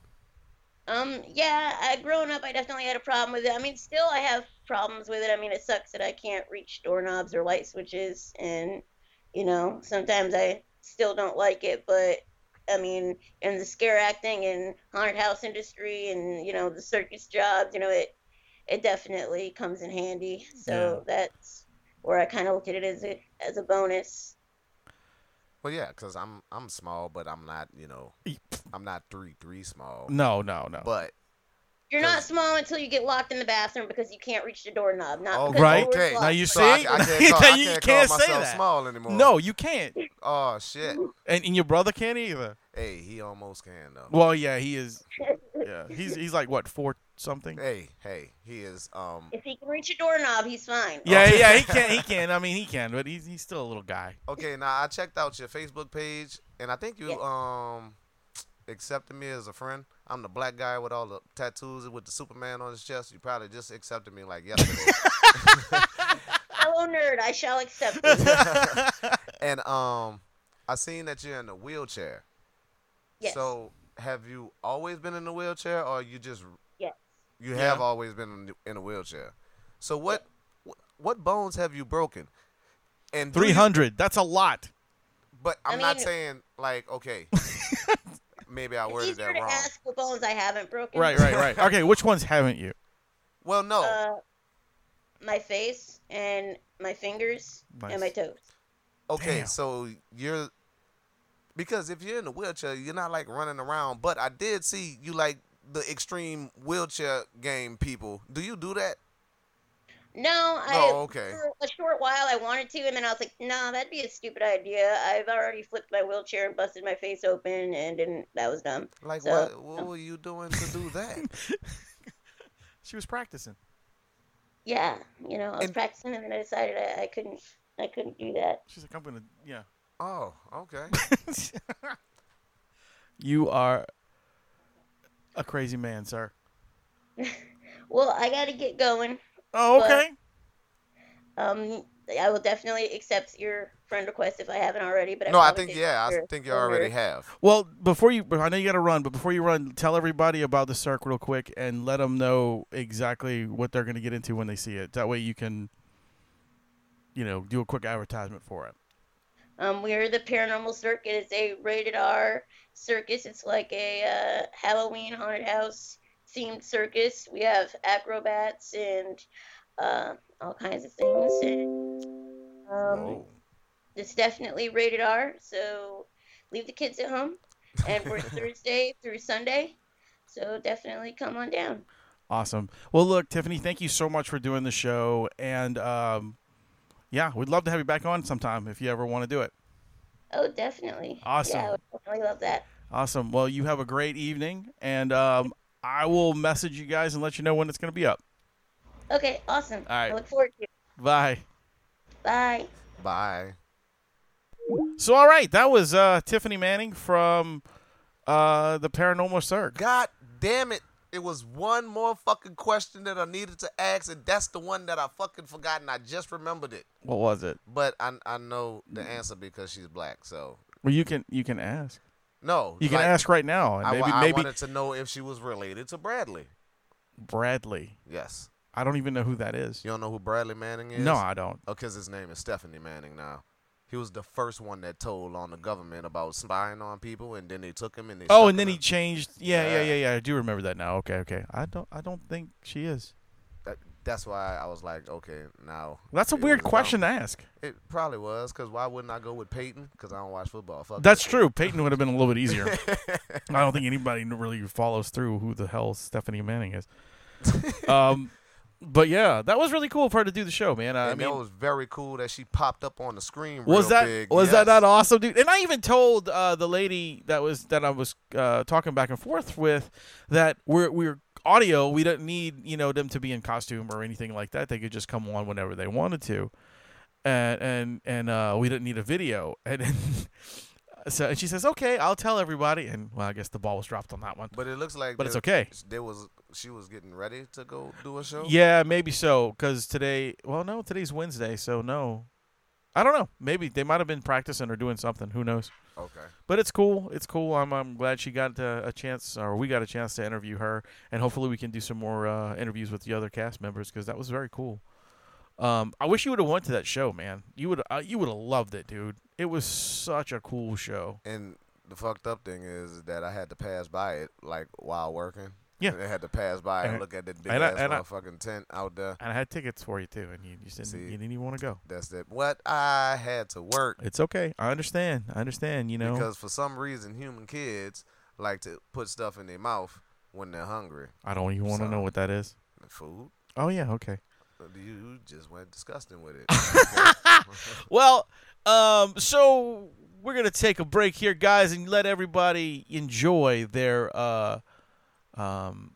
[SPEAKER 5] Um, yeah, I, growing up, I definitely had a problem with it. I mean, still, I have problems with it. I mean, it sucks that I can't reach doorknobs or light switches, and you know, sometimes I still don't like it. But I mean, and the scare acting and haunted house industry, and you know, the circus jobs, you know, it it definitely comes in handy. So that's where I kind of look at it as a as a bonus.
[SPEAKER 4] Well, yeah, because I'm I'm small, but I'm not you know
[SPEAKER 3] Eep.
[SPEAKER 4] I'm not three three small.
[SPEAKER 3] No, no, no.
[SPEAKER 4] But
[SPEAKER 5] You're not small until you get locked in the bathroom because you can't reach the doorknob. Not
[SPEAKER 4] oh,
[SPEAKER 5] because the
[SPEAKER 3] Right.
[SPEAKER 5] door's
[SPEAKER 4] okay.
[SPEAKER 5] locked.
[SPEAKER 3] Now you
[SPEAKER 4] so I,
[SPEAKER 3] see? <laughs>
[SPEAKER 4] I can't call, I
[SPEAKER 3] You
[SPEAKER 4] can't
[SPEAKER 3] can't
[SPEAKER 4] call
[SPEAKER 3] say
[SPEAKER 4] myself
[SPEAKER 3] that.
[SPEAKER 4] small anymore.
[SPEAKER 3] no, you can't.
[SPEAKER 4] Oh shit.
[SPEAKER 3] And, and your brother can't either.
[SPEAKER 4] Hey, he almost can though.
[SPEAKER 3] Well, yeah, he is. Yeah, he's he's like what four something.
[SPEAKER 4] Hey, hey, he is um
[SPEAKER 5] If he can reach a doorknob, he's fine.
[SPEAKER 3] Yeah, yeah, he can. He can. I mean, he can, but he's he's still a little guy.
[SPEAKER 4] Okay, now I checked out your Facebook page, and I think you
[SPEAKER 5] Yeah.
[SPEAKER 4] um accepted me as a friend. I'm the black guy with all the tattoos and with the Superman on his chest. You probably just accepted me like
[SPEAKER 5] <laughs>
[SPEAKER 4] yesterday.
[SPEAKER 5] Hello, nerd. I
[SPEAKER 4] <laughs>
[SPEAKER 5] shall accept it.
[SPEAKER 4] and um, I seen that you're in a wheelchair.
[SPEAKER 5] Yes.
[SPEAKER 4] So have you always been in a wheelchair, or you just
[SPEAKER 5] yes.
[SPEAKER 4] you have
[SPEAKER 3] Yeah.
[SPEAKER 4] always been in, in a wheelchair? So what wh- what bones have you broken? And do you-
[SPEAKER 3] Three hundred. That's a lot.
[SPEAKER 4] But I'm
[SPEAKER 5] I
[SPEAKER 4] not
[SPEAKER 5] mean-
[SPEAKER 4] saying like
[SPEAKER 5] <laughs>
[SPEAKER 4] okay. Maybe I
[SPEAKER 5] It's
[SPEAKER 4] worded
[SPEAKER 5] easier
[SPEAKER 4] that
[SPEAKER 5] to
[SPEAKER 4] wrong.
[SPEAKER 5] ask what bones I haven't broken.
[SPEAKER 3] Right, right, <laughs> right. Okay, which ones haven't you?
[SPEAKER 4] Well, no.
[SPEAKER 5] Uh, my face and my fingers
[SPEAKER 3] Nice.
[SPEAKER 5] and my toes.
[SPEAKER 4] Okay,
[SPEAKER 3] Damn.
[SPEAKER 4] so you're because if you're in a wheelchair, you're not like running around. But I did see you like the extreme wheelchair game people. Do you do that?
[SPEAKER 5] No, I
[SPEAKER 4] Oh, okay.
[SPEAKER 5] for a short while I wanted to, and then I was like, nah, that'd be a stupid idea. I've already flipped my wheelchair and busted my face open, and didn't. That was dumb.
[SPEAKER 4] Like
[SPEAKER 5] So,
[SPEAKER 4] what? What were you doing to do that?
[SPEAKER 3] She was practicing.
[SPEAKER 5] Yeah, you know, I was
[SPEAKER 4] And-
[SPEAKER 5] practicing, and then I decided I, I couldn't. I couldn't do that.
[SPEAKER 3] She's like, I'm gonna, yeah.
[SPEAKER 4] oh, okay.
[SPEAKER 3] <laughs> you are a crazy man, sir.
[SPEAKER 5] Well, I gotta get going.
[SPEAKER 3] Oh,
[SPEAKER 5] But-
[SPEAKER 3] okay.
[SPEAKER 5] Um, I will definitely accept your friend request if I haven't already. But I
[SPEAKER 4] No, I
[SPEAKER 5] probably
[SPEAKER 4] think
[SPEAKER 5] did
[SPEAKER 4] yeah, I
[SPEAKER 5] your-
[SPEAKER 4] think you
[SPEAKER 5] your
[SPEAKER 4] already
[SPEAKER 5] nerd.
[SPEAKER 4] have.
[SPEAKER 3] Well, before you, I know you got to run, but before you run, tell everybody about the circ real quick and let them know exactly what they're going to get into when they see it. That way you can, you know, do a quick advertisement for it.
[SPEAKER 5] Um, we are the Paranormal Circuit. It's a rated R circus. It's like a uh, Halloween haunted house themed circus. We have acrobats and uh, all kinds of things. And, um,
[SPEAKER 4] Whoa.
[SPEAKER 5] it's definitely rated R, so leave the kids at home. And
[SPEAKER 4] <laughs>
[SPEAKER 5] we're Thursday through Sunday, so definitely come on down.
[SPEAKER 3] Awesome. Well, look, Tiffany, thank you so much for doing the show. And um, yeah, we'd love to have you back on sometime if you ever want to do it.
[SPEAKER 5] Oh, definitely.
[SPEAKER 3] Awesome.
[SPEAKER 5] Yeah, I would definitely love that.
[SPEAKER 3] Awesome. Well, you have a great evening. And um, I will message you guys and let you know when it's going to be up.
[SPEAKER 5] Okay, awesome.
[SPEAKER 3] All right.
[SPEAKER 5] I look forward to it.
[SPEAKER 3] Bye.
[SPEAKER 5] Bye.
[SPEAKER 4] Bye.
[SPEAKER 3] So, all right, that was uh, Tiffany Manning from uh, the Paranormal Circ.
[SPEAKER 4] God damn it! It was one more fucking question that I needed to ask, and that's the one that I fucking forgot, and I just remembered it.
[SPEAKER 3] What was it?
[SPEAKER 4] But I I know the
[SPEAKER 3] Mm.
[SPEAKER 4] answer because she's black. So
[SPEAKER 3] Well, you can you can ask.
[SPEAKER 4] no,
[SPEAKER 3] You can
[SPEAKER 4] like,
[SPEAKER 3] ask right now, and
[SPEAKER 4] I,
[SPEAKER 3] maybe
[SPEAKER 4] wa- I
[SPEAKER 3] maybe
[SPEAKER 4] wanted to know if she was related to Bradley.
[SPEAKER 3] Bradley.
[SPEAKER 4] Yes.
[SPEAKER 3] I don't even know who that is.
[SPEAKER 4] You don't know who Bradley Manning is?
[SPEAKER 3] No, I don't.
[SPEAKER 4] Because his name is Stephanie Manning now. He was the first one that told on the government about spying on people, and then they took him and they.
[SPEAKER 3] Oh,
[SPEAKER 4] stuck
[SPEAKER 3] and then
[SPEAKER 4] him
[SPEAKER 3] he changed. Yeah, yeah,
[SPEAKER 4] Yeah.
[SPEAKER 3] yeah, yeah. I do remember that now. Okay, okay. I don't. I don't think she is.
[SPEAKER 4] in- that- that's why I was like, okay, now.
[SPEAKER 3] That's a
[SPEAKER 4] it
[SPEAKER 3] weird
[SPEAKER 4] was dumb.
[SPEAKER 3] question to ask.
[SPEAKER 4] It probably was, because why wouldn't I go with Peyton? Because I don't watch football. Fuck
[SPEAKER 3] That's true. Peyton would have been a little bit easier.
[SPEAKER 4] <laughs>
[SPEAKER 3] I don't think anybody really follows through who the hell Stephanie Manning
[SPEAKER 4] <laughs>
[SPEAKER 3] is. Um, but yeah, that was really cool for her to do the show, man. I
[SPEAKER 4] And
[SPEAKER 3] mean,
[SPEAKER 4] that was very cool that she popped up on the screen.
[SPEAKER 3] was
[SPEAKER 4] real
[SPEAKER 3] that
[SPEAKER 4] big.
[SPEAKER 3] was that
[SPEAKER 4] Yes.
[SPEAKER 3] not awesome, dude? And I even told uh, the lady that was that I was uh, talking back and forth with that we're we're audio. We don't need you know them to be in costume or anything like that. They could just come on whenever they wanted to, and and and uh, we didn't need a video. <laughs> And, then so and she says, "Okay, I'll tell everybody." And well, I guess the ball was dropped on that one.
[SPEAKER 4] But it looks like.
[SPEAKER 3] But it's
[SPEAKER 4] there-
[SPEAKER 3] okay.
[SPEAKER 4] There was she was getting ready to go do a show.
[SPEAKER 3] Yeah, maybe so. Cause today, well, no, today's Wednesday, so no. I don't know. Maybe they might have been practicing or doing something. Who knows?
[SPEAKER 4] Okay.
[SPEAKER 3] But it's cool. It's cool. I'm, I'm glad she got uh, a chance, or we got a chance to interview her, and hopefully we can do some more uh, interviews with the other cast members because that was very cool. Um, I wish you would have went to that show, man. You would uh, you would have loved it, dude. It was such a cool show.
[SPEAKER 4] And the fucked up thing is that I had to pass by it like while working.
[SPEAKER 3] Yeah.
[SPEAKER 4] And I had to pass by and,
[SPEAKER 3] And-
[SPEAKER 4] look at that big
[SPEAKER 3] and I-
[SPEAKER 4] ass
[SPEAKER 3] and I-
[SPEAKER 4] motherfucking tent out there.
[SPEAKER 3] And I had tickets for you too, and you just didn't,
[SPEAKER 4] See.
[SPEAKER 3] you didn't even want to go.
[SPEAKER 4] That's it. What I had to work
[SPEAKER 3] It's okay. I understand. I understand. You know.
[SPEAKER 4] because for some reason human kids like to put stuff in their mouth when they're hungry.
[SPEAKER 3] I don't even want to
[SPEAKER 4] So-
[SPEAKER 3] know what that is.
[SPEAKER 4] Food.
[SPEAKER 3] Oh yeah, okay.
[SPEAKER 4] You just went disgusting
[SPEAKER 3] <laughs>
[SPEAKER 4] with it.
[SPEAKER 3] Well, um, so we're gonna take a break here, guys, and let everybody enjoy their uh, um,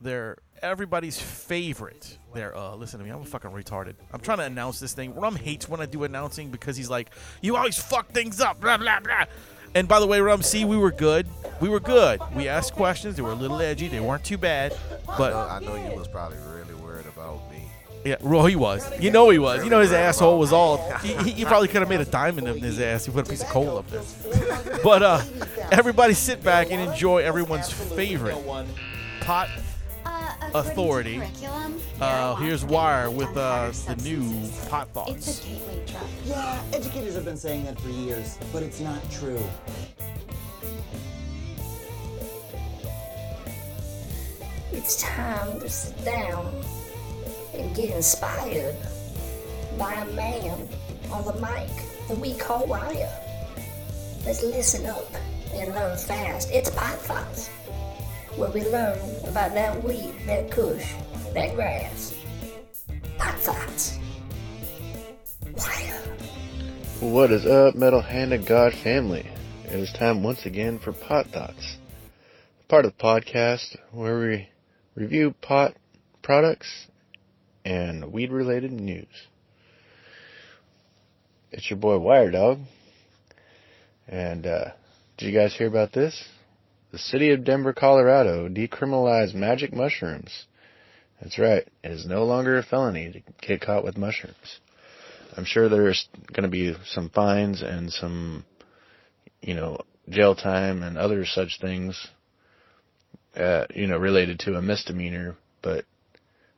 [SPEAKER 3] their everybody's favorite. Their uh, listen to me, I'm fucking retarded. I'm trying to announce this thing. Rum hates when I do announcing because he's like, you always fuck things up, blah blah blah. And by the way, Rum, see, we were good. We were good. We asked questions. They were a little edgy. They weren't too bad. But
[SPEAKER 4] No, I know you was probably really worried about me.
[SPEAKER 3] Yeah, well, he was. You know he was. You know his asshole was all. He, he, he probably could have made a diamond in his ass. He put a piece of coal up there. But uh, everybody sit back and enjoy everyone's favorite pot. Authority.
[SPEAKER 6] Authority. Curriculum,
[SPEAKER 3] Uh,
[SPEAKER 6] marijuana
[SPEAKER 3] here's
[SPEAKER 6] is
[SPEAKER 3] Wire
[SPEAKER 6] banned
[SPEAKER 3] with
[SPEAKER 6] on
[SPEAKER 3] uh,
[SPEAKER 6] other
[SPEAKER 3] the new
[SPEAKER 6] substances.
[SPEAKER 3] pot
[SPEAKER 6] It's a
[SPEAKER 3] thoughts.
[SPEAKER 6] gateway drug.
[SPEAKER 7] Yeah, educators have been saying that for years, but it's not true.
[SPEAKER 1] It's time to sit down and get inspired by a man on the mic that we call Wire. Let's listen up and learn fast. It's Pot Thoughts, where we learn about that weed, that kush, that grass. Pot Thoughts. Wire.
[SPEAKER 8] What is up, Metal Hand of God family? It is time once again for Pot Thoughts, part of the podcast where we review pot products and weed related news. It's your boy Wire Dog. And uh, did you guys hear about this? The city of Denver, Colorado decriminalized magic mushrooms. That's right, it is no longer a felony to get caught with mushrooms. I'm sure there's going to be some fines and some, you know, jail time and other such things, uh, you know, related to a misdemeanor, but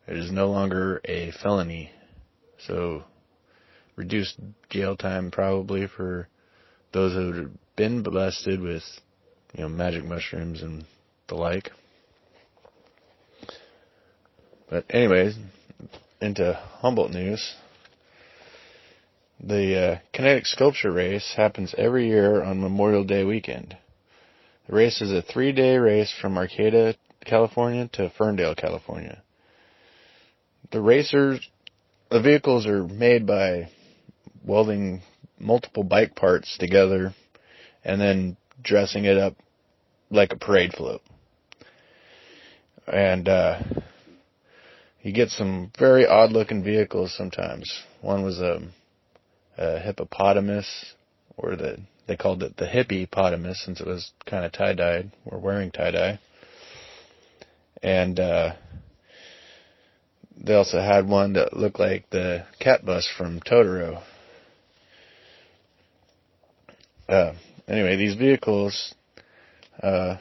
[SPEAKER 8] it is no longer a felony. So reduced jail time probably for those who have been blessed with, you know, magic mushrooms and the like. But anyways, into Humboldt news. The uh, kinetic sculpture race happens every year on Memorial Day weekend. The race is a three day race from Arcata, California to Ferndale, California. The racers, the vehicles are made by welding multiple bike parts together and then dressing it up like a parade float. And, uh, you get some very odd looking vehicles sometimes. One was, um, uh, hippopotamus, or the they called it the hippopotamus since it was kind of tie dyed or wearing tie dye. And uh, they also had one that looked like the cat bus from Totoro. Uh, anyway, these vehicles uh,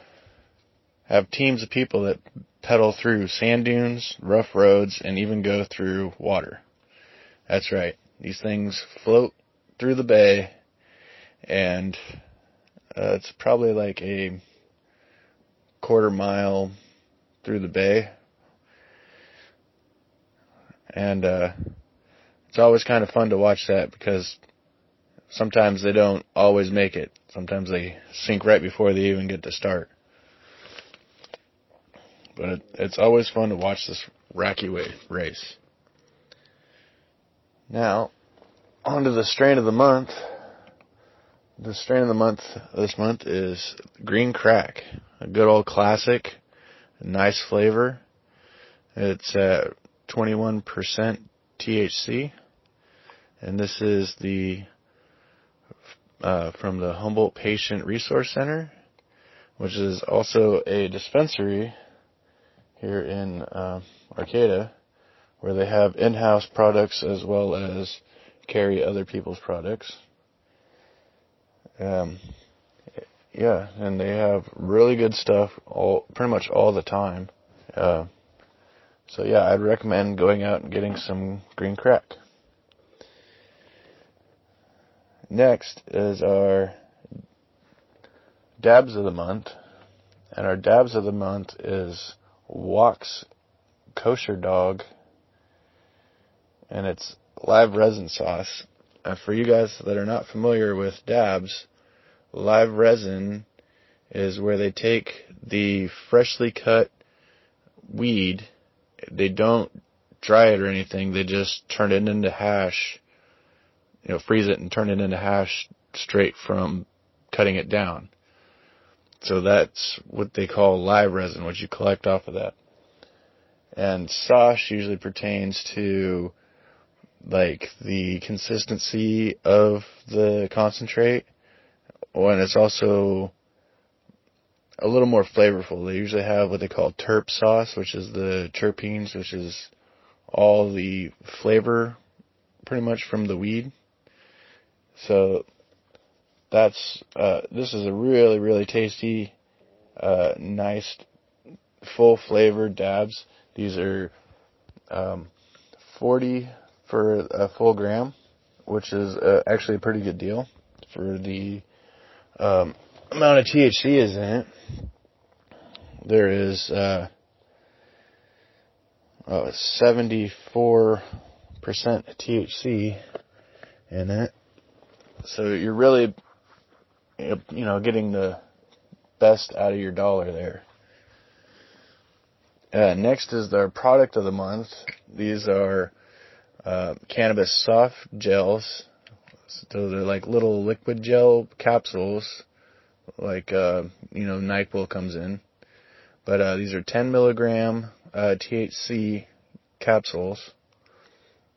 [SPEAKER 8] have teams of people that pedal through sand dunes, rough roads, and even go through water. That's right. These things float through the bay, and uh, it's probably like a quarter mile through the bay. And uh, it's always kind of fun to watch that because sometimes they don't always make it. Sometimes they sink right before they even get to start. But it, it's always fun to watch this Rocky Way race. Now, on to the strain of the month. The strain of the month this month is Green Crack, a good old classic, nice flavor. It's at 21% THC, and this is the uh, from the Humboldt Patient Resource Center, which is also a dispensary here in uh, Arcata where they have in-house products as well as carry other people's products. Um, yeah, and they have really good stuff all pretty much all the time. Uh, so yeah, I'd recommend going out and getting some green crack. Next is our dabs of the month, and our dabs of the month is Walks Kosher Dog, and it's live resin sauce. Uh, for you guys that are not familiar with dabs, live resin is where they take the freshly cut weed. They don't dry it or anything. They just turn it into hash. You know, freeze it and turn it into hash straight from cutting it down. So that's what they call live resin, what you collect off of that. And sash usually pertains to like the consistency of the concentrate Oh, and it's also a little more flavorful. They usually have what they call terp sauce, which is the terpenes, which is all the flavor pretty much from the weed. So that's uh, this is a really really tasty, uh, nice, full flavored dabs. These are um, 40 for a full gram, which is uh, actually a pretty good deal for the um, amount of THC is in it. There is uh, oh, 74% THC in it. So you're really, you know, getting the best out of your dollar there. Uh, next is their product of the month. These are uh, cannabis soft gels. So they're like little liquid gel capsules, like uh, you know Nyquil comes in. But uh, these are 10 milligram uh, THC capsules,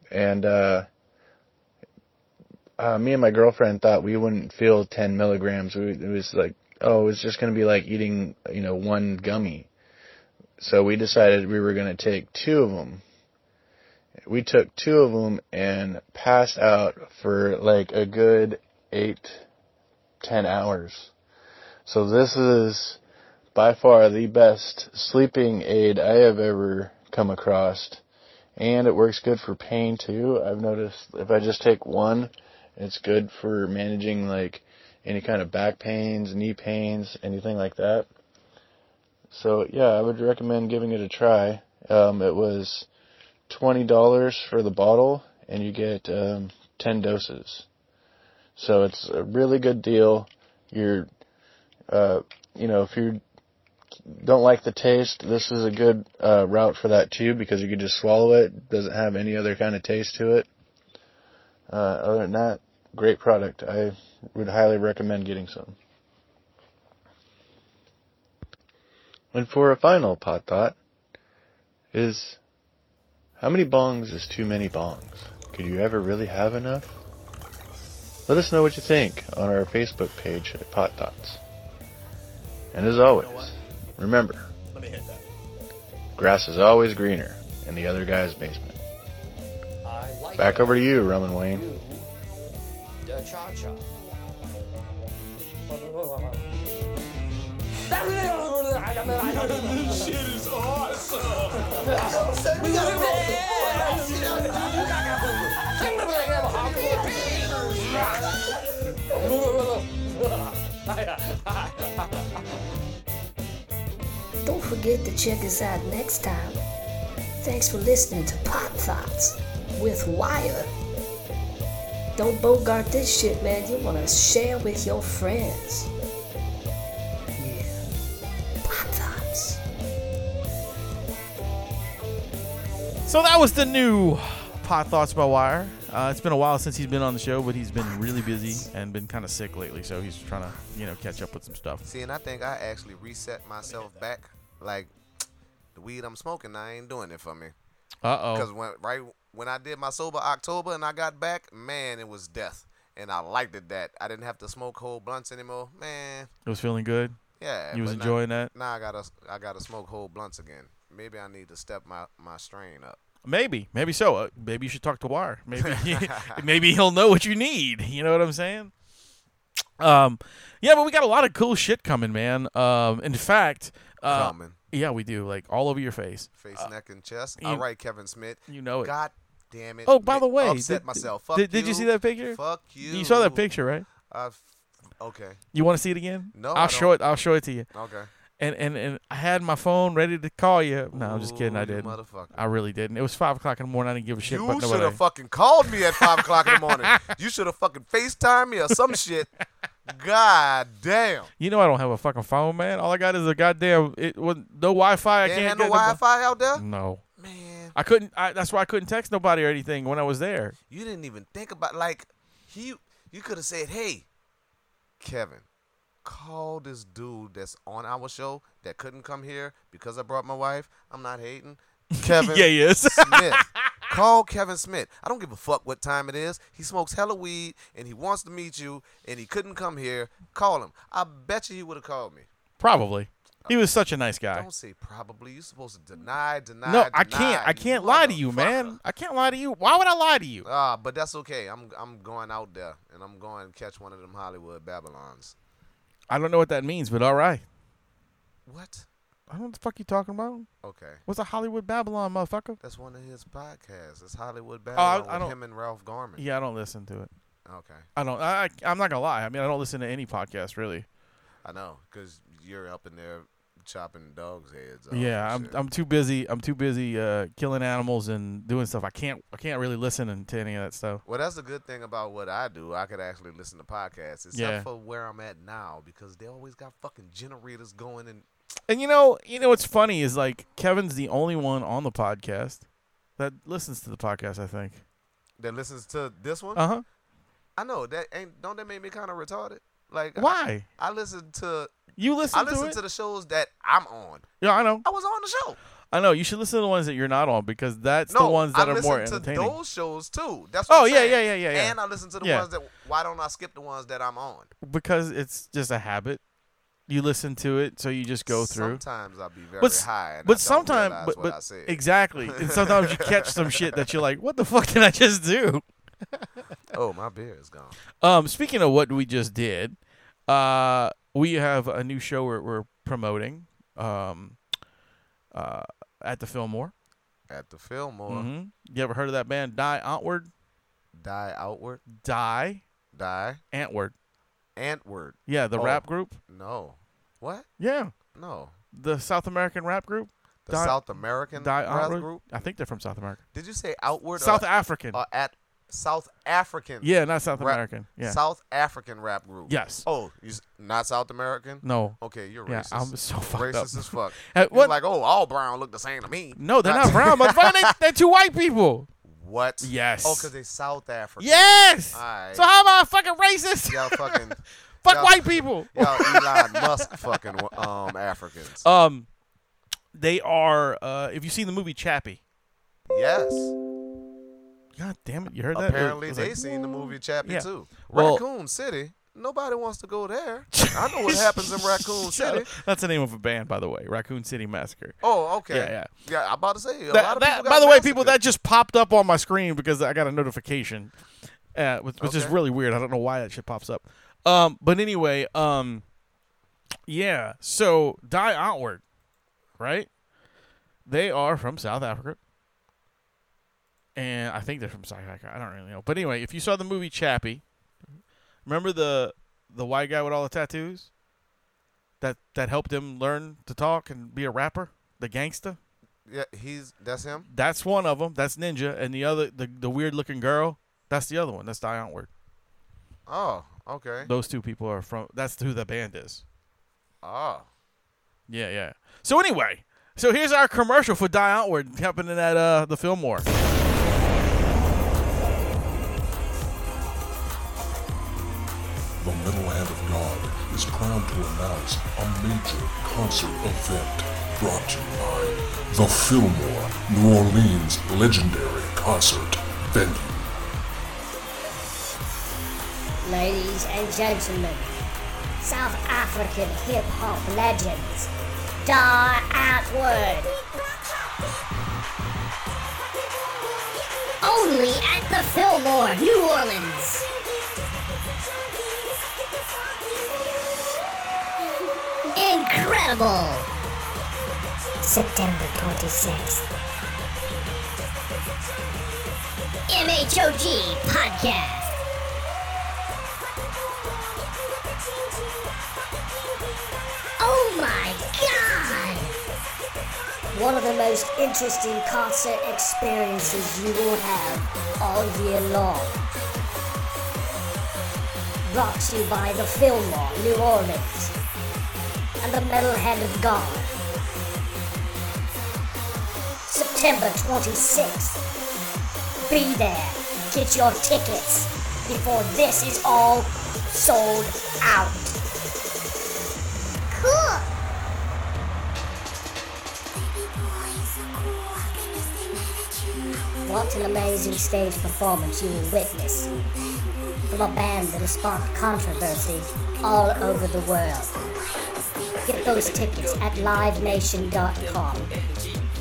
[SPEAKER 8] and uh, uh, me and my girlfriend thought we wouldn't feel 10 milligrams. We, it was like, oh, it's just gonna be like eating you know one gummy. So we decided we were gonna take two of them we took two of them and passed out for like a good eight, ten hours. So this is by far the best sleeping aid I have ever come across. And it works good for pain too. I've noticed if I just take one, it's good for managing like any kind of back pains, knee pains, anything like that. So yeah, I would recommend giving it a try. Um, it was twenty dollars for the bottle, and you get um, ten doses. So it's a really good deal. You're, uh, you know, if you don't like the taste, this is a good uh, route for that too because you can just swallow it. it doesn't have any other kind of taste to it. Uh, other than that, great product. I would highly recommend getting some. And for a final pot thought is how many bongs is too many bongs? Could you ever really have enough? Let us know what you think on our Facebook page at Pot Thoughts. And as always, remember,
[SPEAKER 9] Let me hit that.
[SPEAKER 8] grass is always greener in the other guy's basement.
[SPEAKER 9] I like
[SPEAKER 8] Back
[SPEAKER 9] that.
[SPEAKER 8] over to you, Roman Wayne.
[SPEAKER 9] You, da cha cha.
[SPEAKER 2] Shit is awesome.
[SPEAKER 1] Don't forget to check us out next time. Thanks for listening to Pop Thoughts with Wire. Don't bogart this shit, man. You want to share with your friends. Yeah. Pop Thoughts.
[SPEAKER 3] So that was the new Pot Thoughts by Wire. Uh, it's been a while since he's been on the show, but he's been really busy and been kind of sick lately. So he's trying to, you know, catch up with some stuff.
[SPEAKER 4] See, and I think I actually reset myself back. Like the weed I'm smoking, I ain't doing it for me.
[SPEAKER 3] Uh
[SPEAKER 4] Because
[SPEAKER 3] oh.
[SPEAKER 4] when right when I did my sober October and I got back, man, it was death, and I liked it that I didn't have to smoke whole blunts anymore. Man,
[SPEAKER 3] It was feeling good.
[SPEAKER 4] yeah,
[SPEAKER 3] You was
[SPEAKER 4] but now-
[SPEAKER 3] enjoying that.
[SPEAKER 4] Now I gotta I gotta smoke whole blunts again. Maybe I need to step my my strain up.
[SPEAKER 3] Maybe, maybe so. Uh, maybe you should talk to Wire. Maybe,
[SPEAKER 4] <laughs>
[SPEAKER 3] <laughs> maybe he'll know what you need. You know what I'm saying? Um, yeah, but we got a lot of cool shit coming, man. Um, in fact, uh,
[SPEAKER 4] Coming.
[SPEAKER 3] yeah, we do. Like all over your face.
[SPEAKER 4] Face, neck, and chest. All right, Kevin Smith.
[SPEAKER 3] you know it.
[SPEAKER 4] God damn it.
[SPEAKER 3] Oh, by the
[SPEAKER 4] Nick,
[SPEAKER 3] way,
[SPEAKER 4] upset
[SPEAKER 3] did-
[SPEAKER 4] myself.
[SPEAKER 3] did-
[SPEAKER 4] Fuck
[SPEAKER 3] did you see that picture?
[SPEAKER 4] Fuck you.
[SPEAKER 3] You saw that picture, right?
[SPEAKER 4] I f- okay.
[SPEAKER 3] You want to see it again?
[SPEAKER 4] No,
[SPEAKER 3] I'll
[SPEAKER 4] I
[SPEAKER 3] show it. I'll show it to you.
[SPEAKER 4] Okay.
[SPEAKER 3] And and and I had my phone ready to call you. No, I'm just kidding.
[SPEAKER 4] Ooh,
[SPEAKER 3] I
[SPEAKER 4] you
[SPEAKER 3] didn't.
[SPEAKER 4] motherfucker.
[SPEAKER 3] I really didn't. It was five o'clock in the morning. I didn't give a shit.
[SPEAKER 4] You
[SPEAKER 3] about
[SPEAKER 4] should
[SPEAKER 3] nobody.
[SPEAKER 4] have fucking called me at five o'clock in the morning. You should have fucking FaceTime me or
[SPEAKER 3] <laughs>
[SPEAKER 4] some shit. God damn.
[SPEAKER 3] You know I don't have a fucking phone, man. All I got is a goddamn it was no Wi-Fi. I
[SPEAKER 4] They
[SPEAKER 3] can't
[SPEAKER 4] had no
[SPEAKER 3] get no- Mm.
[SPEAKER 4] Wi-Fi out there.
[SPEAKER 3] No,
[SPEAKER 4] Man,
[SPEAKER 3] I couldn't. I, that's why I couldn't text nobody or anything when I was there.
[SPEAKER 4] you didn't even think about like he. You could have said, "Hey, Kevin, call this dude that's on our show that couldn't come here because I brought my wife. I'm
[SPEAKER 3] <laughs>
[SPEAKER 4] not hating, Kevin.
[SPEAKER 3] Yeah, he is.
[SPEAKER 4] Smith. Call Kevin Smith. I don't give a fuck what time it is. He smokes hella weed and he wants to meet you and he couldn't come here. Call him. I bet you he would have called me.
[SPEAKER 3] Probably. He was such a nice guy.
[SPEAKER 4] Don't say probably. You're supposed to deny, deny.
[SPEAKER 3] No, I
[SPEAKER 4] deny,
[SPEAKER 3] can't. I can't lie to you,
[SPEAKER 4] motherfucker.
[SPEAKER 3] man. I can't lie to you. Why would I lie to you?
[SPEAKER 4] Ah, but that's okay. I'm I'm going out there and I'm going to catch one of them Hollywood Babylons.
[SPEAKER 3] I don't know what that means, but all right.
[SPEAKER 4] What?
[SPEAKER 3] I don't know what the fuck you talking about.
[SPEAKER 4] Okay.
[SPEAKER 3] What's a Hollywood Babylon, motherfucker?
[SPEAKER 4] That's one of his podcasts. It's Hollywood Babylon
[SPEAKER 3] Oh, I
[SPEAKER 4] with
[SPEAKER 3] don't-
[SPEAKER 4] him and Ralph Garman.
[SPEAKER 3] Yeah, I don't listen to it.
[SPEAKER 4] Okay.
[SPEAKER 3] I don't. I, I I'm not gonna lie. I mean, I don't listen to any podcast really.
[SPEAKER 4] I know, because you're up in there chopping dogs' heads. off
[SPEAKER 3] yeah, I'm
[SPEAKER 4] and Oh, shit.
[SPEAKER 3] I'm too busy. I'm too busy uh, killing animals and doing stuff. I can't. I can't really listen and- to any of that stuff.
[SPEAKER 4] Well, that's the good thing about what I do. I could actually listen to podcasts, except
[SPEAKER 3] Yeah.
[SPEAKER 4] for where I'm at now, because they always got fucking generators going. And
[SPEAKER 3] And you know, you know what's funny is like Kevin's the only one on the podcast that listens to the podcast. I think.
[SPEAKER 4] that listens to this one.
[SPEAKER 3] Uh huh.
[SPEAKER 4] I know that ain't. Don't that make me kind of retarded? Like I-
[SPEAKER 3] Why?
[SPEAKER 4] I, listen to.
[SPEAKER 3] You listen
[SPEAKER 4] I listen
[SPEAKER 3] to it?
[SPEAKER 4] to, the shows that I'm on.
[SPEAKER 3] yeah, I know.
[SPEAKER 4] I was on the show.
[SPEAKER 3] I know. You should listen to the ones that you're not on because that's
[SPEAKER 4] no,
[SPEAKER 3] the ones that
[SPEAKER 4] I
[SPEAKER 3] are
[SPEAKER 4] listen
[SPEAKER 3] more
[SPEAKER 4] to
[SPEAKER 3] entertaining.
[SPEAKER 4] those shows too. That's what
[SPEAKER 3] Oh,
[SPEAKER 4] I'm
[SPEAKER 3] yeah,
[SPEAKER 4] saying.
[SPEAKER 3] yeah, yeah, yeah, yeah.
[SPEAKER 4] And I listen to the
[SPEAKER 3] Yeah.
[SPEAKER 4] ones that. Why don't I skip the ones that I'm on?
[SPEAKER 3] Because it's just a habit. You listen to it, so you just go through.
[SPEAKER 4] Sometimes I'll be very
[SPEAKER 3] But,
[SPEAKER 4] high. And
[SPEAKER 3] but
[SPEAKER 4] sometimes,
[SPEAKER 3] sometimes, but,
[SPEAKER 4] what I
[SPEAKER 3] but
[SPEAKER 4] said.
[SPEAKER 3] exactly, and sometimes you catch some shit that you're like, "What the fuck did I just do?"
[SPEAKER 4] oh, my beer is gone.
[SPEAKER 3] Um, speaking of what we just did, uh, we have a new show we're, we're promoting um, uh, at the Fillmore.
[SPEAKER 4] At the Fillmore,
[SPEAKER 3] hmm You ever heard of that band? Die Antword,
[SPEAKER 4] die outward,
[SPEAKER 3] Die
[SPEAKER 4] die
[SPEAKER 3] Antword.
[SPEAKER 4] antward.
[SPEAKER 3] Yeah, the
[SPEAKER 4] Oh.
[SPEAKER 3] rap group.
[SPEAKER 4] No, what?
[SPEAKER 3] Yeah,
[SPEAKER 4] No,
[SPEAKER 3] the South American rap group.
[SPEAKER 4] the
[SPEAKER 3] Die-
[SPEAKER 4] South American
[SPEAKER 3] Die
[SPEAKER 4] rap
[SPEAKER 3] Antwoord.
[SPEAKER 4] group.
[SPEAKER 3] I think they're from South America.
[SPEAKER 4] Did you say outward?
[SPEAKER 3] South
[SPEAKER 4] or,
[SPEAKER 3] African.
[SPEAKER 4] or at South African.
[SPEAKER 3] yeah, not South
[SPEAKER 4] Uh, rap-
[SPEAKER 3] American. Yeah.
[SPEAKER 4] South African rap group.
[SPEAKER 3] Yes.
[SPEAKER 4] Oh, you s- not South American?
[SPEAKER 3] no.
[SPEAKER 4] Okay, you're
[SPEAKER 3] Yeah,
[SPEAKER 4] racist.
[SPEAKER 3] I'm so <laughs> fucked
[SPEAKER 4] racist
[SPEAKER 3] up.
[SPEAKER 4] as fuck.
[SPEAKER 3] Hey,
[SPEAKER 4] You're
[SPEAKER 3] what-
[SPEAKER 4] like, oh, all brown look the same to me.
[SPEAKER 3] No, they're not
[SPEAKER 4] <laughs>
[SPEAKER 3] brown, but they, they're two white people.
[SPEAKER 4] What?
[SPEAKER 3] Yes.
[SPEAKER 4] Oh, because they South African.
[SPEAKER 3] Yes.
[SPEAKER 4] Alright.
[SPEAKER 3] So how am I a fucking racist?
[SPEAKER 4] Y'all
[SPEAKER 3] <laughs>
[SPEAKER 4] fucking.
[SPEAKER 3] Fuck
[SPEAKER 4] y'all-
[SPEAKER 3] white people.
[SPEAKER 4] Y'all Elon Musk fucking um Africans.
[SPEAKER 3] Um, they are. Uh, if you've seen the movie Chappie,
[SPEAKER 4] yes.
[SPEAKER 3] God damn it, you heard that? It
[SPEAKER 4] Apparently
[SPEAKER 3] was
[SPEAKER 4] they
[SPEAKER 3] like-
[SPEAKER 4] seen the movie Chappie
[SPEAKER 3] Yeah.
[SPEAKER 4] too.
[SPEAKER 3] Well-
[SPEAKER 4] Raccoon City. Nobody wants to go there. I know what happens in Raccoon
[SPEAKER 3] <laughs> Shut
[SPEAKER 4] City.
[SPEAKER 3] up. That's the name of a band, by the way. Raccoon City Massacre.
[SPEAKER 4] Oh, okay.
[SPEAKER 3] Yeah, yeah.
[SPEAKER 4] Yeah, I'm about to say. A
[SPEAKER 3] That-
[SPEAKER 4] lot of
[SPEAKER 3] that-
[SPEAKER 4] people got
[SPEAKER 3] by the way, people, that
[SPEAKER 4] massacred.
[SPEAKER 3] just popped up on my screen because I got a notification, uh, which, which is
[SPEAKER 4] Okay.
[SPEAKER 3] really weird. I don't know why that shit pops up. Um, but anyway, um, yeah. So Die Outward, right? They are from South Africa, and I think they're from South Africa. I don't really know, but anyway, if you saw the movie Chappie, remember the the white guy with all the tattoos that that helped him learn to talk and be a rapper, the gangster.
[SPEAKER 4] Yeah, he's that's him.
[SPEAKER 3] That's one of them. That's Ninja, and the other, the, the weird looking girl. That's the other one. That's Dion Ward.
[SPEAKER 4] Oh, okay.
[SPEAKER 3] Those two people are from. That's who the band is.
[SPEAKER 4] Oh,
[SPEAKER 3] Yeah, yeah. So anyway, so here's our commercial for Die Outward happening at uh, the Fillmore.
[SPEAKER 10] The Metal Hand of God is proud to announce a major concert event brought to you by the Fillmore New Orleans Legendary Concert Venue.
[SPEAKER 1] Ladies and gentlemen, South African hip hop legends, Die Outward. Weekly at the Fillmore, New Orleans. Incredible! September 26th. MHOG Podcast. Oh my god! One of the most interesting concert experiences you will have all year long. Brought to you by the Fillmore, New Orleans, and the Metalhead of God. September 26th. Be there. Get your tickets before this is all sold out. Cool. What an amazing stage performance you will witness from a band that has sparked controversy all over the world. Get those tickets at livenation.com,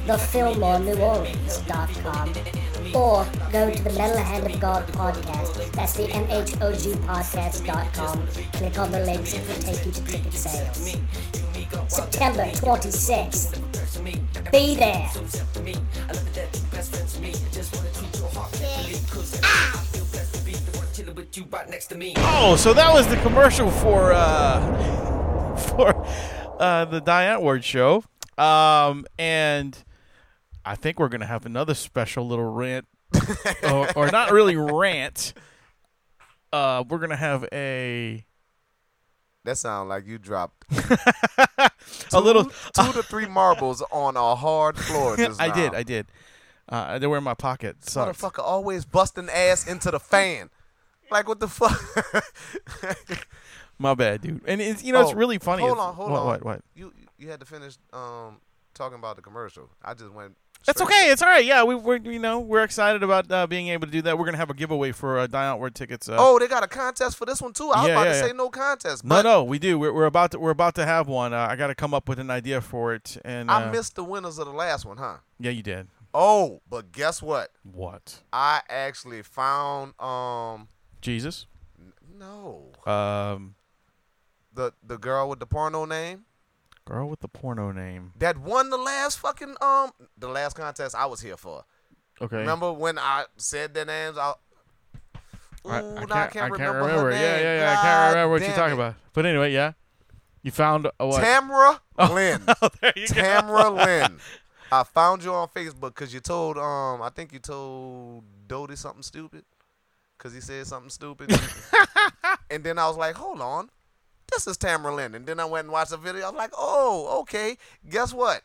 [SPEAKER 1] thefillmoreneworleans.com, or go to the Metal Hand of God podcast. That's the mhogpodcast.com. Click on the links, it will take you to ticket sales. September 26th. Be there.
[SPEAKER 3] Oh, so that was the commercial for uh, <laughs> for uh, the Diane Ward show, um, and I think we're gonna have another special little rant, or, or not really rant. Uh, we're gonna have a
[SPEAKER 4] That sound like you dropped
[SPEAKER 3] <laughs> a little.
[SPEAKER 4] two to three marbles on a hard floor. Just
[SPEAKER 3] <laughs> I did,
[SPEAKER 4] now.
[SPEAKER 3] I did. Uh, they were in my pocket. Sucks.
[SPEAKER 4] Motherfucker always busting ass into the fan. Like what the fuck? <laughs>
[SPEAKER 3] My bad, dude. And it's you know it's
[SPEAKER 4] Oh,
[SPEAKER 3] really funny.
[SPEAKER 4] Hold
[SPEAKER 3] It's-
[SPEAKER 4] on, hold
[SPEAKER 3] what,
[SPEAKER 4] on.
[SPEAKER 3] What? What?
[SPEAKER 4] You you had to finish um talking about the commercial. I just went.
[SPEAKER 3] That's
[SPEAKER 4] straight
[SPEAKER 3] okay. It's all right. Yeah, we, we're you know we're excited about uh, being able to do that. We're gonna have a giveaway for uh, Die Outward tickets. Uh,
[SPEAKER 4] Oh, they got a contest for this one too. I was
[SPEAKER 3] Yeah,
[SPEAKER 4] about
[SPEAKER 3] yeah,
[SPEAKER 4] to
[SPEAKER 3] yeah.
[SPEAKER 4] say no contest,
[SPEAKER 3] no,
[SPEAKER 4] but
[SPEAKER 3] no, we do. We're, we're about to we're about to have one. Uh, I got to come up with an idea for it. And
[SPEAKER 4] I
[SPEAKER 3] uh,
[SPEAKER 4] missed the winners of the last one, huh?
[SPEAKER 3] Yeah, you did.
[SPEAKER 4] Oh, but guess what?
[SPEAKER 3] What?
[SPEAKER 4] I actually found um
[SPEAKER 3] Jesus.
[SPEAKER 4] no
[SPEAKER 3] Um,
[SPEAKER 4] the the girl with the porno name
[SPEAKER 3] girl with the porno name.
[SPEAKER 4] that won the last fucking um the last contest I was here for.
[SPEAKER 3] Okay.
[SPEAKER 4] Remember when I said their names? I, Ooh,
[SPEAKER 3] I, I
[SPEAKER 4] now
[SPEAKER 3] can't,
[SPEAKER 4] I can't
[SPEAKER 3] I
[SPEAKER 4] remember. her name.
[SPEAKER 3] Yeah, yeah, yeah. I
[SPEAKER 4] God
[SPEAKER 3] can't remember what you're
[SPEAKER 4] damn
[SPEAKER 3] talking
[SPEAKER 4] it.
[SPEAKER 3] about. But anyway, yeah. You found a what?
[SPEAKER 4] Tamra
[SPEAKER 3] Oh.
[SPEAKER 4] Lynn.
[SPEAKER 3] <laughs> oh, there you go.
[SPEAKER 4] Tamra
[SPEAKER 3] <laughs>
[SPEAKER 4] Lynn. I found you on Facebook because you told um I think you told Dodie something stupid because he said something stupid,
[SPEAKER 3] <laughs>
[SPEAKER 4] and then I was like, hold on, this is Tamra Lynn, and then I went and watched the video. I was like, oh, okay. Guess what?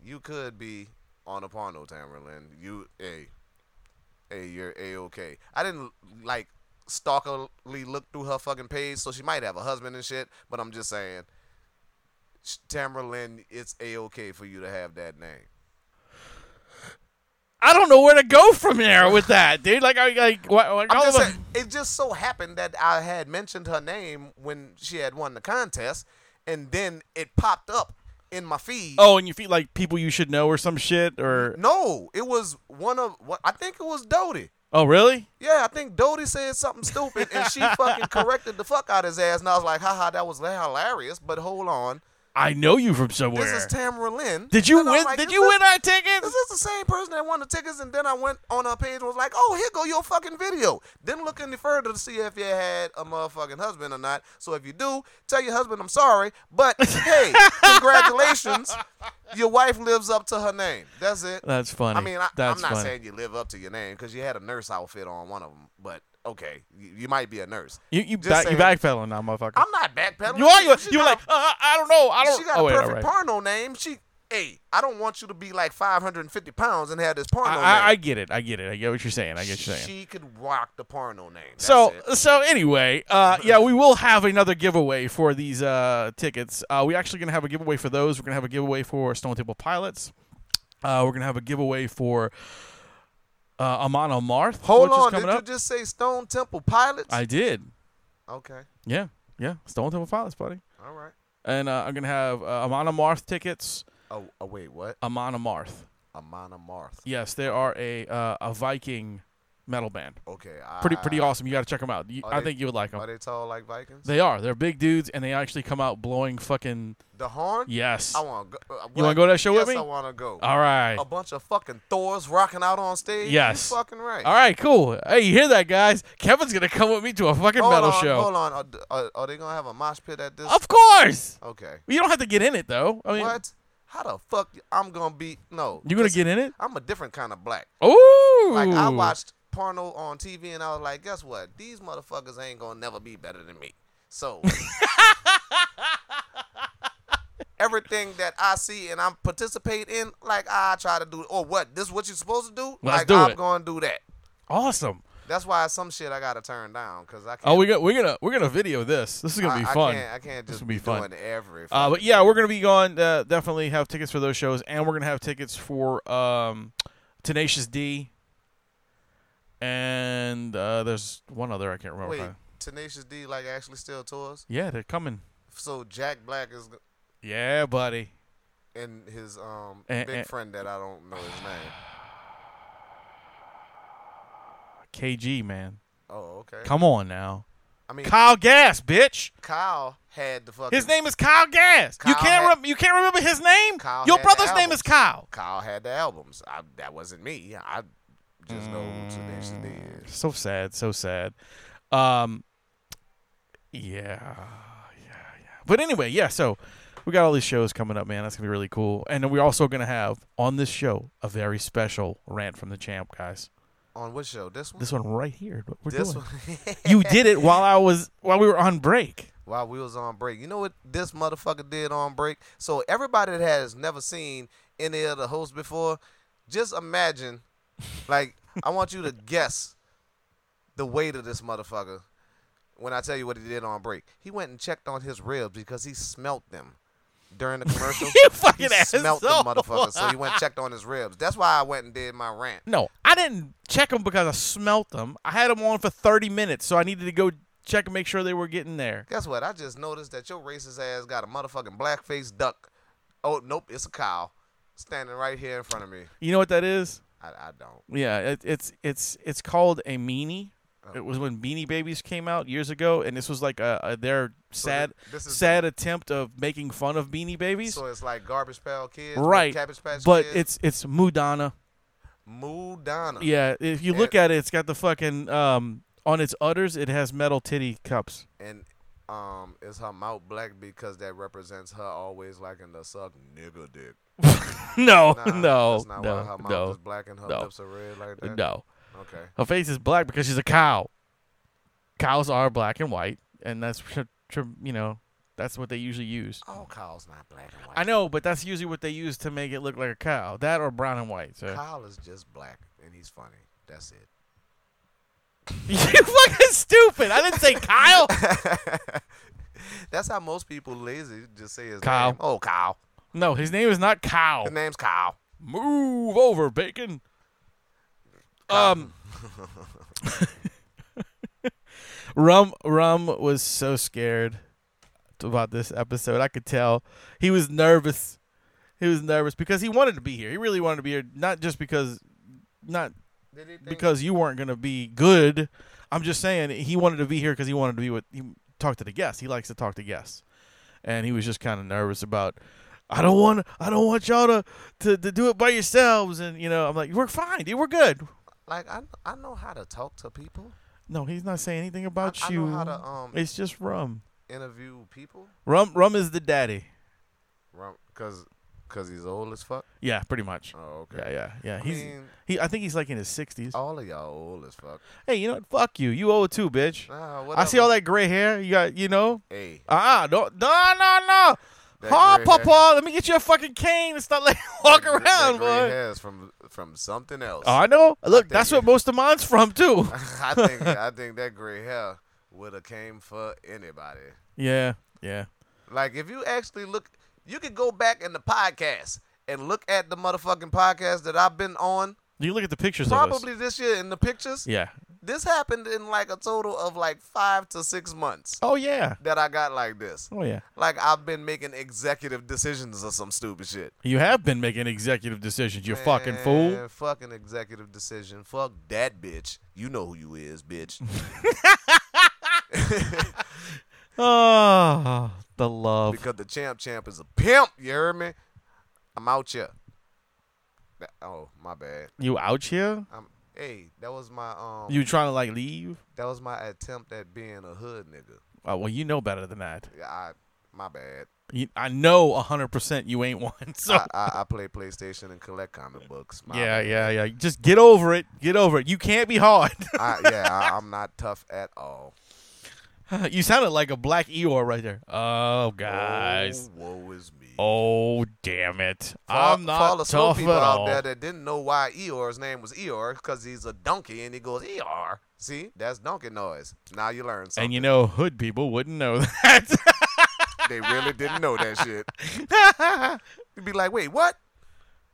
[SPEAKER 4] You could be on a porno, Tamra Lynn. You a a you're a okay. I didn't like stalkerly look through her fucking page, so she might have a husband and shit. But I'm just saying. Sh- Tamara Lynn, it's a okay for you to have that name.
[SPEAKER 3] I don't know where to go from there with that, dude. Like, I like what, like
[SPEAKER 4] I'm
[SPEAKER 3] all
[SPEAKER 4] just
[SPEAKER 3] of a-
[SPEAKER 4] saying, it just so happened that I had mentioned her name when she had won the contest, and then it popped up in my feed.
[SPEAKER 3] Oh, and you feel like people you should know or some shit
[SPEAKER 4] Mm-hmm.
[SPEAKER 3] or
[SPEAKER 4] no, it was one of what I think it was Dodie.
[SPEAKER 3] oh really?
[SPEAKER 4] Yeah, I think Dodie said something stupid,
[SPEAKER 3] <laughs>
[SPEAKER 4] and she fucking corrected the fuck out his ass. And I was like, haha, that was hilarious. But hold on,
[SPEAKER 3] I know you from somewhere.
[SPEAKER 4] this is Tamara Lynn.
[SPEAKER 3] did you
[SPEAKER 4] And I'm
[SPEAKER 3] win?
[SPEAKER 4] like,
[SPEAKER 3] did
[SPEAKER 4] is
[SPEAKER 3] you
[SPEAKER 4] this-
[SPEAKER 3] win our
[SPEAKER 4] Is
[SPEAKER 3] tickets?
[SPEAKER 4] this the same person that won the tickets? And then I went on her page and was like, oh, here go your fucking video. Didn't look any further to see if you had a motherfucking husband or not. So if you do, tell your husband I'm sorry. But
[SPEAKER 3] <laughs>
[SPEAKER 4] hey, congratulations. Your wife lives up to her name. That's it.
[SPEAKER 3] That's funny.
[SPEAKER 4] I mean, I,
[SPEAKER 3] That's
[SPEAKER 4] I'm not
[SPEAKER 3] funny.
[SPEAKER 4] saying you live up to your name because you had a nurse outfit on one of them. But okay, you, you might be a nurse.
[SPEAKER 3] you you
[SPEAKER 4] Just
[SPEAKER 3] back, you
[SPEAKER 4] saying.
[SPEAKER 3] backpedaling now, motherfucker.
[SPEAKER 4] I'm not backpedaling.
[SPEAKER 3] you are you,
[SPEAKER 4] She
[SPEAKER 3] you were
[SPEAKER 4] got a
[SPEAKER 3] like uh, I don't know I don't.
[SPEAKER 4] she got
[SPEAKER 3] oh,
[SPEAKER 4] a
[SPEAKER 3] wait, all
[SPEAKER 4] perfect
[SPEAKER 3] right.
[SPEAKER 4] porno name. She, hey, I don't want you to be like 550 pounds and have this porno
[SPEAKER 3] I,
[SPEAKER 4] name.
[SPEAKER 3] I, I get it. I get it. I get what you're saying. I get what you're saying.
[SPEAKER 4] She could rock the porno name. That's
[SPEAKER 3] so
[SPEAKER 4] it.
[SPEAKER 3] so anyway, uh, yeah, we will have another giveaway for these uh, tickets. Uh, we're actually gonna have a giveaway for those. We're gonna have a giveaway for Stone Temple Pilots. Uh, we're gonna have a giveaway for uh, Amano Marth.
[SPEAKER 4] hold
[SPEAKER 3] which is
[SPEAKER 4] on,
[SPEAKER 3] coming
[SPEAKER 4] did
[SPEAKER 3] up.
[SPEAKER 4] you just say Stone Temple Pilots?
[SPEAKER 3] I did.
[SPEAKER 4] okay,
[SPEAKER 3] Yeah, yeah. Stone Temple Pilots, buddy.
[SPEAKER 4] all right.
[SPEAKER 3] And uh, I'm gonna have uh, Amana Marth tickets.
[SPEAKER 4] Oh, oh wait, what?
[SPEAKER 3] Amana Marth.
[SPEAKER 4] Amana Marth.
[SPEAKER 3] Yes, they are a uh, a Viking metal band.
[SPEAKER 4] Okay,
[SPEAKER 3] pretty pretty
[SPEAKER 4] I-
[SPEAKER 3] awesome. You got to check them out. You, I
[SPEAKER 4] Are Ah. Oh, they-
[SPEAKER 3] think you would like them.
[SPEAKER 4] Are they tall like Vikings?
[SPEAKER 3] They are. They're big dudes, and they actually come out blowing fucking.
[SPEAKER 4] The horn?
[SPEAKER 3] Yes.
[SPEAKER 4] I want to go. uh,
[SPEAKER 3] You
[SPEAKER 4] what?
[SPEAKER 3] wanna go to that show with
[SPEAKER 4] yes,
[SPEAKER 3] me?
[SPEAKER 4] I want to go.
[SPEAKER 3] All right.
[SPEAKER 4] A bunch of fucking Thors rocking out on stage?
[SPEAKER 3] Yes.
[SPEAKER 4] You fucking right.
[SPEAKER 3] All right, cool. Hey, you hear that, guys? Kevin's gonna come with me to a fucking
[SPEAKER 4] hold
[SPEAKER 3] metal
[SPEAKER 4] on,
[SPEAKER 3] show.
[SPEAKER 4] Hold on. Are, are, are they going to have a mosh pit at this?
[SPEAKER 3] Of course.
[SPEAKER 4] Okay.
[SPEAKER 3] You don't have to get in it though. I mean,
[SPEAKER 4] what? How the fuck I'm going to be. No.
[SPEAKER 3] You gonna
[SPEAKER 4] Listen,
[SPEAKER 3] get in it?
[SPEAKER 4] I'm a different kind of black.
[SPEAKER 3] Ooh.
[SPEAKER 4] Like, I watched porno on TV and I was like, guess what? These motherfuckers ain't going to never be better than me.
[SPEAKER 3] <laughs>
[SPEAKER 4] So. Everything that I see and I participate in, like I try to do, or what? This what you supposed to do?
[SPEAKER 3] Let's
[SPEAKER 4] like
[SPEAKER 3] do
[SPEAKER 4] I'm
[SPEAKER 3] it.
[SPEAKER 4] gonna do that.
[SPEAKER 3] Awesome.
[SPEAKER 4] That's why some shit I gotta turn down because I can't.
[SPEAKER 3] Oh, we got we're gonna we're gonna video this. This is gonna
[SPEAKER 4] I-
[SPEAKER 3] be
[SPEAKER 4] I
[SPEAKER 3] fun.
[SPEAKER 4] can't- I can't
[SPEAKER 3] this
[SPEAKER 4] just
[SPEAKER 3] will
[SPEAKER 4] be
[SPEAKER 3] be fun.
[SPEAKER 4] doing every
[SPEAKER 3] Uh, but
[SPEAKER 4] fucking
[SPEAKER 3] yeah, we're gonna be going. Uh, definitely have tickets for those shows, and we're gonna have tickets for um, Tenacious D. And uh, there's one other I can't remember.
[SPEAKER 4] Wait,
[SPEAKER 3] Uh,
[SPEAKER 4] Tenacious D like actually still tours?
[SPEAKER 3] Yeah, they're coming.
[SPEAKER 4] So Jack Black is g-
[SPEAKER 3] Yeah, buddy.
[SPEAKER 4] and his um
[SPEAKER 3] Eh,
[SPEAKER 4] big
[SPEAKER 3] eh.
[SPEAKER 4] friend that I don't know his name.
[SPEAKER 3] KG man.
[SPEAKER 4] Oh, okay.
[SPEAKER 3] Come on now.
[SPEAKER 4] I mean,
[SPEAKER 3] Kyle Gas, bitch.
[SPEAKER 4] Kyle had the fucking.
[SPEAKER 3] His name is Kyle Gas. you
[SPEAKER 4] Kyle
[SPEAKER 3] can't
[SPEAKER 4] had-
[SPEAKER 3] rem- you can't remember his name.
[SPEAKER 4] Kyle
[SPEAKER 3] Your
[SPEAKER 4] had the
[SPEAKER 3] brother's name is
[SPEAKER 4] albums.
[SPEAKER 3] Kyle.
[SPEAKER 4] Kyle had the albums. I, that wasn't me. I just know who Tenacious D is.
[SPEAKER 3] So sad, so sad. Um, yeah, yeah, yeah. But anyway, yeah. So we got all these shows coming up, man. That's gonna be really cool. And then we're also gonna have on this show a very special rant from the champ, guys.
[SPEAKER 4] On which show? This one.
[SPEAKER 3] This one right here. What we're
[SPEAKER 4] This
[SPEAKER 3] doing.
[SPEAKER 4] one. <laughs>
[SPEAKER 3] you did it while I was while we were on break.
[SPEAKER 4] while we was on break. You know what this motherfucker did on break? So everybody that has never seen any of the hosts before, just imagine, like, I
[SPEAKER 3] <laughs>
[SPEAKER 4] want you to guess the weight of this motherfucker when I tell you what he did on break. He went and checked on his ribs because he smelt them during the commercial.
[SPEAKER 3] <laughs> You fucking
[SPEAKER 4] he smelt them
[SPEAKER 3] asshole.
[SPEAKER 4] motherfucker, so he went and checked on his ribs. That's why I went and did my rant.
[SPEAKER 3] No, I didn't check them because I smelt them. I had them on for thirty minutes, so I needed to go check and make sure they were getting there.
[SPEAKER 4] Guess what? I just noticed that your racist ass got a motherfucking blackface duck. Oh nope, it's a cow standing right here in front of me.
[SPEAKER 3] You know what that is?
[SPEAKER 4] I, I don't.
[SPEAKER 3] Yeah, it, it's it's it's called a meanie.
[SPEAKER 4] Oh.
[SPEAKER 3] It was when Beanie Babies came out years ago, and this was like a, a their sad
[SPEAKER 4] thi- this is-
[SPEAKER 3] sad attempt of making fun of Beanie Babies.
[SPEAKER 4] So it's like garbage pail kids, with
[SPEAKER 3] right,
[SPEAKER 4] Cabbage patch
[SPEAKER 3] but
[SPEAKER 4] kids.
[SPEAKER 3] it's it's Mudana.
[SPEAKER 4] Moodana.
[SPEAKER 3] Yeah, if you look at it, it's got the fucking um on its udders. It has metal titty cups. <laughs>
[SPEAKER 4] and um, is her mouth black because that represents her always liking the suck nigga dick.
[SPEAKER 3] <laughs> No,
[SPEAKER 4] Nah,
[SPEAKER 3] no,
[SPEAKER 4] that's not
[SPEAKER 3] no,
[SPEAKER 4] why her mouth
[SPEAKER 3] no,
[SPEAKER 4] is black and her
[SPEAKER 3] no,
[SPEAKER 4] lips are red like that.
[SPEAKER 3] no.
[SPEAKER 4] Okay.
[SPEAKER 3] Her face is black because she's a cow. Cows are black and white, and that's <laughs> tr- tr- you know that's what they usually use.
[SPEAKER 4] All cows not black and white.
[SPEAKER 3] I know, but that's usually what they use to make it look like a cow. That or brown and white. So
[SPEAKER 4] Kyle is just black and he's funny. That's it.
[SPEAKER 3] <laughs> you fucking stupid. I didn't say Kyle.
[SPEAKER 4] That's how most people lazy just say his
[SPEAKER 3] Kyle.
[SPEAKER 4] name. Oh, Kyle.
[SPEAKER 3] No, his name is not Cow.
[SPEAKER 4] His name's Kyle.
[SPEAKER 3] Move over, bacon. Um <laughs> Rum Rum was so scared about this episode. I could tell. He was nervous. He was nervous because he wanted to be here. He really wanted to be here not just because not
[SPEAKER 4] Did he think-
[SPEAKER 3] because you weren't going to be good. I'm just saying he wanted to be here because he wanted to be with he talk to the guests. He likes to talk to guests, and he was just kind of nervous about. I don't want I don't want y'all to, to to do it by yourselves. And you know I'm like we're fine, dude. We're good.
[SPEAKER 4] like I I know how to talk to people,
[SPEAKER 3] No, he's not saying anything about
[SPEAKER 4] I
[SPEAKER 3] you.
[SPEAKER 4] know how to, um,
[SPEAKER 3] it's just rum.
[SPEAKER 4] interview people,
[SPEAKER 3] Rum rum is the daddy.
[SPEAKER 4] because because he's old as fuck.
[SPEAKER 3] Yeah, pretty much.
[SPEAKER 4] Oh,
[SPEAKER 3] Yeah,
[SPEAKER 4] okay.
[SPEAKER 3] yeah, yeah.
[SPEAKER 4] I
[SPEAKER 3] He's
[SPEAKER 4] mean- oh.
[SPEAKER 3] he. I think he's like in his sixties.
[SPEAKER 4] All of y'all old as fuck.
[SPEAKER 3] Hey, you know what? Fuck you. You old too, bitch.
[SPEAKER 4] Nah,
[SPEAKER 3] I see
[SPEAKER 4] whatever.
[SPEAKER 3] all that gray hair. You got you know.
[SPEAKER 4] Hey,
[SPEAKER 3] Ah, uh no, no, no, no.
[SPEAKER 4] That
[SPEAKER 3] Huh,
[SPEAKER 4] gray hair-
[SPEAKER 3] Papa, let me get you a fucking cane and start like walk
[SPEAKER 4] that gr-
[SPEAKER 3] around,
[SPEAKER 4] that gray
[SPEAKER 3] boy.
[SPEAKER 4] hair's from from something else.
[SPEAKER 3] Oh, I know. Look,
[SPEAKER 4] think
[SPEAKER 3] that's
[SPEAKER 4] it-
[SPEAKER 3] what most of mine's from too.
[SPEAKER 4] <laughs> I think I think that gray hair would have came for anybody.
[SPEAKER 3] yeah, yeah.
[SPEAKER 4] Like if you actually look, you could go back in the podcast and look at the motherfucking podcast that I've been on.
[SPEAKER 3] You look at the pictures of us.
[SPEAKER 4] Probably this year in the pictures.
[SPEAKER 3] Yeah,
[SPEAKER 4] This happened in like a total of like five to six months.
[SPEAKER 3] Oh yeah.
[SPEAKER 4] That I got like this.
[SPEAKER 3] Oh yeah.
[SPEAKER 4] Like I've been making executive decisions or some stupid shit.
[SPEAKER 3] You have been making executive decisions, you fucking
[SPEAKER 4] Man,
[SPEAKER 3] fool.
[SPEAKER 4] Fucking executive decision. Fuck that bitch. You know who you
[SPEAKER 3] <laughs>
[SPEAKER 4] is, bitch.
[SPEAKER 3] Oh, the love.
[SPEAKER 4] because Ah, the champ champ is a pimp. You heard me? I'm out here. That- Oh, my bad.
[SPEAKER 3] You out here?
[SPEAKER 4] I'm, hey, that was my um.
[SPEAKER 3] You trying to like leave?
[SPEAKER 4] That was my attempt at being a hood nigga.
[SPEAKER 3] Oh, well, you know better than that.
[SPEAKER 4] Yeah, I, my bad.
[SPEAKER 3] You, I know hundred percent you ain't <laughs> one. <laughs> So
[SPEAKER 4] I, I, I play PlayStation and collect comic books. Ah, My
[SPEAKER 3] yeah, yeah, yeah. Just get over it. Get over it. You can't be hard. <laughs>
[SPEAKER 4] I, yeah, I, I'm not tough at all.
[SPEAKER 3] you sounded like a black Eeyore right there. Oh, guys.
[SPEAKER 4] Oh, woe is me.
[SPEAKER 3] Oh, damn it.
[SPEAKER 4] Fall-
[SPEAKER 3] I'm not
[SPEAKER 4] Fall of Snow
[SPEAKER 3] tough at
[SPEAKER 4] people out
[SPEAKER 3] all.
[SPEAKER 4] there that didn't know why Eeyore's name was Eeyore because he's a donkey and he goes Eeyore. See, that's donkey noise. Now you learn something.
[SPEAKER 3] and you know, hood people wouldn't know <laughs> that.
[SPEAKER 4] they really didn't know that
[SPEAKER 3] <laughs>
[SPEAKER 4] shit. You'd be like, wait, what?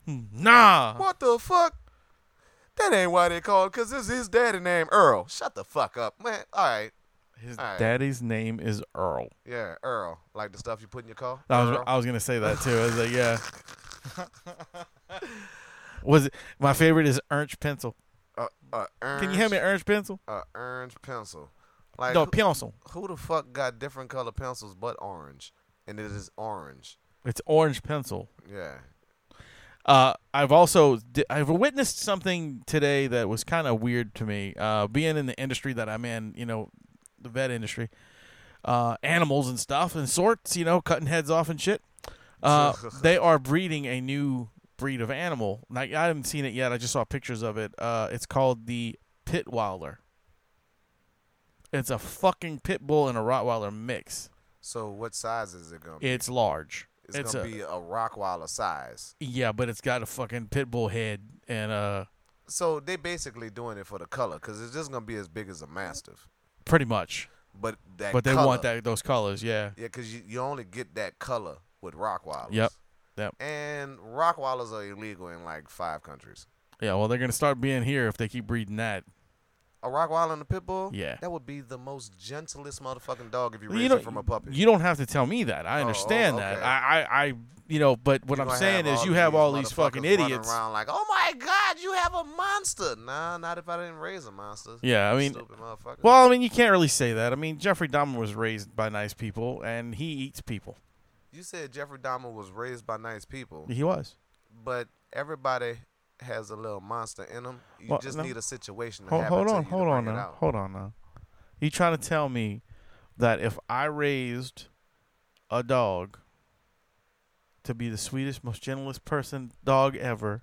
[SPEAKER 3] nah.
[SPEAKER 4] What the fuck? That ain't why they called, cause this is his daddy name Earl. Shut the fuck up, man. All right,
[SPEAKER 3] His
[SPEAKER 4] All right.
[SPEAKER 3] daddy's name is Earl.
[SPEAKER 4] yeah, Earl, like the stuff you put in your car.
[SPEAKER 3] I was,
[SPEAKER 4] Earl.
[SPEAKER 3] I was gonna say that too. I was like,
[SPEAKER 4] <laughs>
[SPEAKER 3] yeah. was it, my favorite is Ernst Pencil.
[SPEAKER 4] uh, uh, orange,
[SPEAKER 3] Can you hear me, Ernst Pencil?
[SPEAKER 4] Uh, orange pencil. Like
[SPEAKER 3] No,
[SPEAKER 4] who-
[SPEAKER 3] pencil.
[SPEAKER 4] who the fuck got different color pencils but orange? And it is orange.
[SPEAKER 3] It's orange pencil.
[SPEAKER 4] Yeah.
[SPEAKER 3] Uh, I've also di- I've witnessed something today that was kind of weird to me. Uh, being in the industry that I'm in, you know, the vet industry, uh, animals and stuff and sorts, you know, cutting heads off and shit.
[SPEAKER 4] <laughs>
[SPEAKER 3] Uh, they are breeding a new breed of animal. Now, I haven't seen it yet. I just saw pictures of it. Uh, it's called the Pitweiler. It's a fucking pit bull and a Rottweiler mix.
[SPEAKER 4] So what size is it gonna be?
[SPEAKER 3] It's large.
[SPEAKER 4] It's, gonna
[SPEAKER 3] a,
[SPEAKER 4] be a Rockweiler size.
[SPEAKER 3] yeah, but it's got a fucking pit bull head and uh
[SPEAKER 4] So they basically doing it for the color, cause it's just gonna be as big as a Mastiff.
[SPEAKER 3] pretty much.
[SPEAKER 4] But that.
[SPEAKER 3] But they
[SPEAKER 4] color-
[SPEAKER 3] want that those colors, yeah.
[SPEAKER 4] Yeah, cause you, you only get that color with Rockwilers.
[SPEAKER 3] Yep. Yep.
[SPEAKER 4] And Rockwilers are illegal in like five countries.
[SPEAKER 3] Yeah, well they're gonna start being here if they keep breeding that.
[SPEAKER 4] A Rockwiler and a Pitbull.
[SPEAKER 3] Yeah.
[SPEAKER 4] That would be the most gentlest motherfucking dog if you
[SPEAKER 3] you
[SPEAKER 4] raised
[SPEAKER 3] don't,
[SPEAKER 4] it from a puppy. Oh,
[SPEAKER 3] You don't have to tell me that. I understand that.
[SPEAKER 4] okay.
[SPEAKER 3] I, I, I you know, but what
[SPEAKER 4] You
[SPEAKER 3] I'm
[SPEAKER 4] gonna
[SPEAKER 3] saying
[SPEAKER 4] have
[SPEAKER 3] is
[SPEAKER 4] all
[SPEAKER 3] you
[SPEAKER 4] of
[SPEAKER 3] have all these
[SPEAKER 4] motherfuckers
[SPEAKER 3] fucking
[SPEAKER 4] running
[SPEAKER 3] idiots.
[SPEAKER 4] around like, oh my god, you have a monster. Nah, not if I didn't raise a monster.
[SPEAKER 3] Yeah, I mean-
[SPEAKER 4] stupid motherfucker.
[SPEAKER 3] Well, I mean, you can't really say that. I mean, Jeffrey Dahmer was raised by nice people, and he eats people.
[SPEAKER 4] You said Jeffrey Dahmer was raised by nice people,
[SPEAKER 3] He was.
[SPEAKER 4] but everybody has a little monster in them. You
[SPEAKER 3] Well,
[SPEAKER 4] just
[SPEAKER 3] no.
[SPEAKER 4] need a situation. To
[SPEAKER 3] Hold,
[SPEAKER 4] happen
[SPEAKER 3] hold
[SPEAKER 4] to
[SPEAKER 3] on,
[SPEAKER 4] you to
[SPEAKER 3] hold
[SPEAKER 4] bring
[SPEAKER 3] on
[SPEAKER 4] it
[SPEAKER 3] now,
[SPEAKER 4] out.
[SPEAKER 3] hold on now. You trying to tell me that if I raised a dog to be the sweetest, most gentlest person dog ever,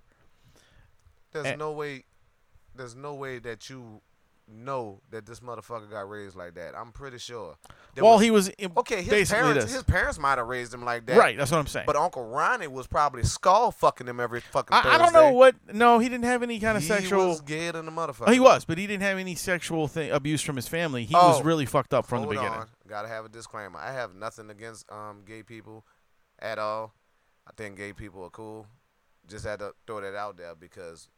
[SPEAKER 3] Eh.
[SPEAKER 4] There's no way. There's no way that you know that this motherfucker got raised like that. I'm pretty sure. There
[SPEAKER 3] well,
[SPEAKER 4] was-
[SPEAKER 3] he was im-
[SPEAKER 4] okay. His
[SPEAKER 3] basically
[SPEAKER 4] parents,
[SPEAKER 3] this.
[SPEAKER 4] his parents might have raised him like that,
[SPEAKER 3] right, that's what I'm saying.
[SPEAKER 4] But Uncle Ronnie was probably skull fucking him every fucking.
[SPEAKER 3] I, I don't know
[SPEAKER 4] Thursday.
[SPEAKER 3] what. No, he didn't have any kind of
[SPEAKER 4] he
[SPEAKER 3] sexual.
[SPEAKER 4] was gay than the motherfucker.
[SPEAKER 3] Oh, he was, but he didn't have any sexual thing, abuse from his family. He was
[SPEAKER 4] Oh.
[SPEAKER 3] really fucked up from
[SPEAKER 4] Hold
[SPEAKER 3] the beginning.
[SPEAKER 4] on. Gotta have a disclaimer. I have nothing against um gay people at all. I think gay people are cool. Just had to throw that out there because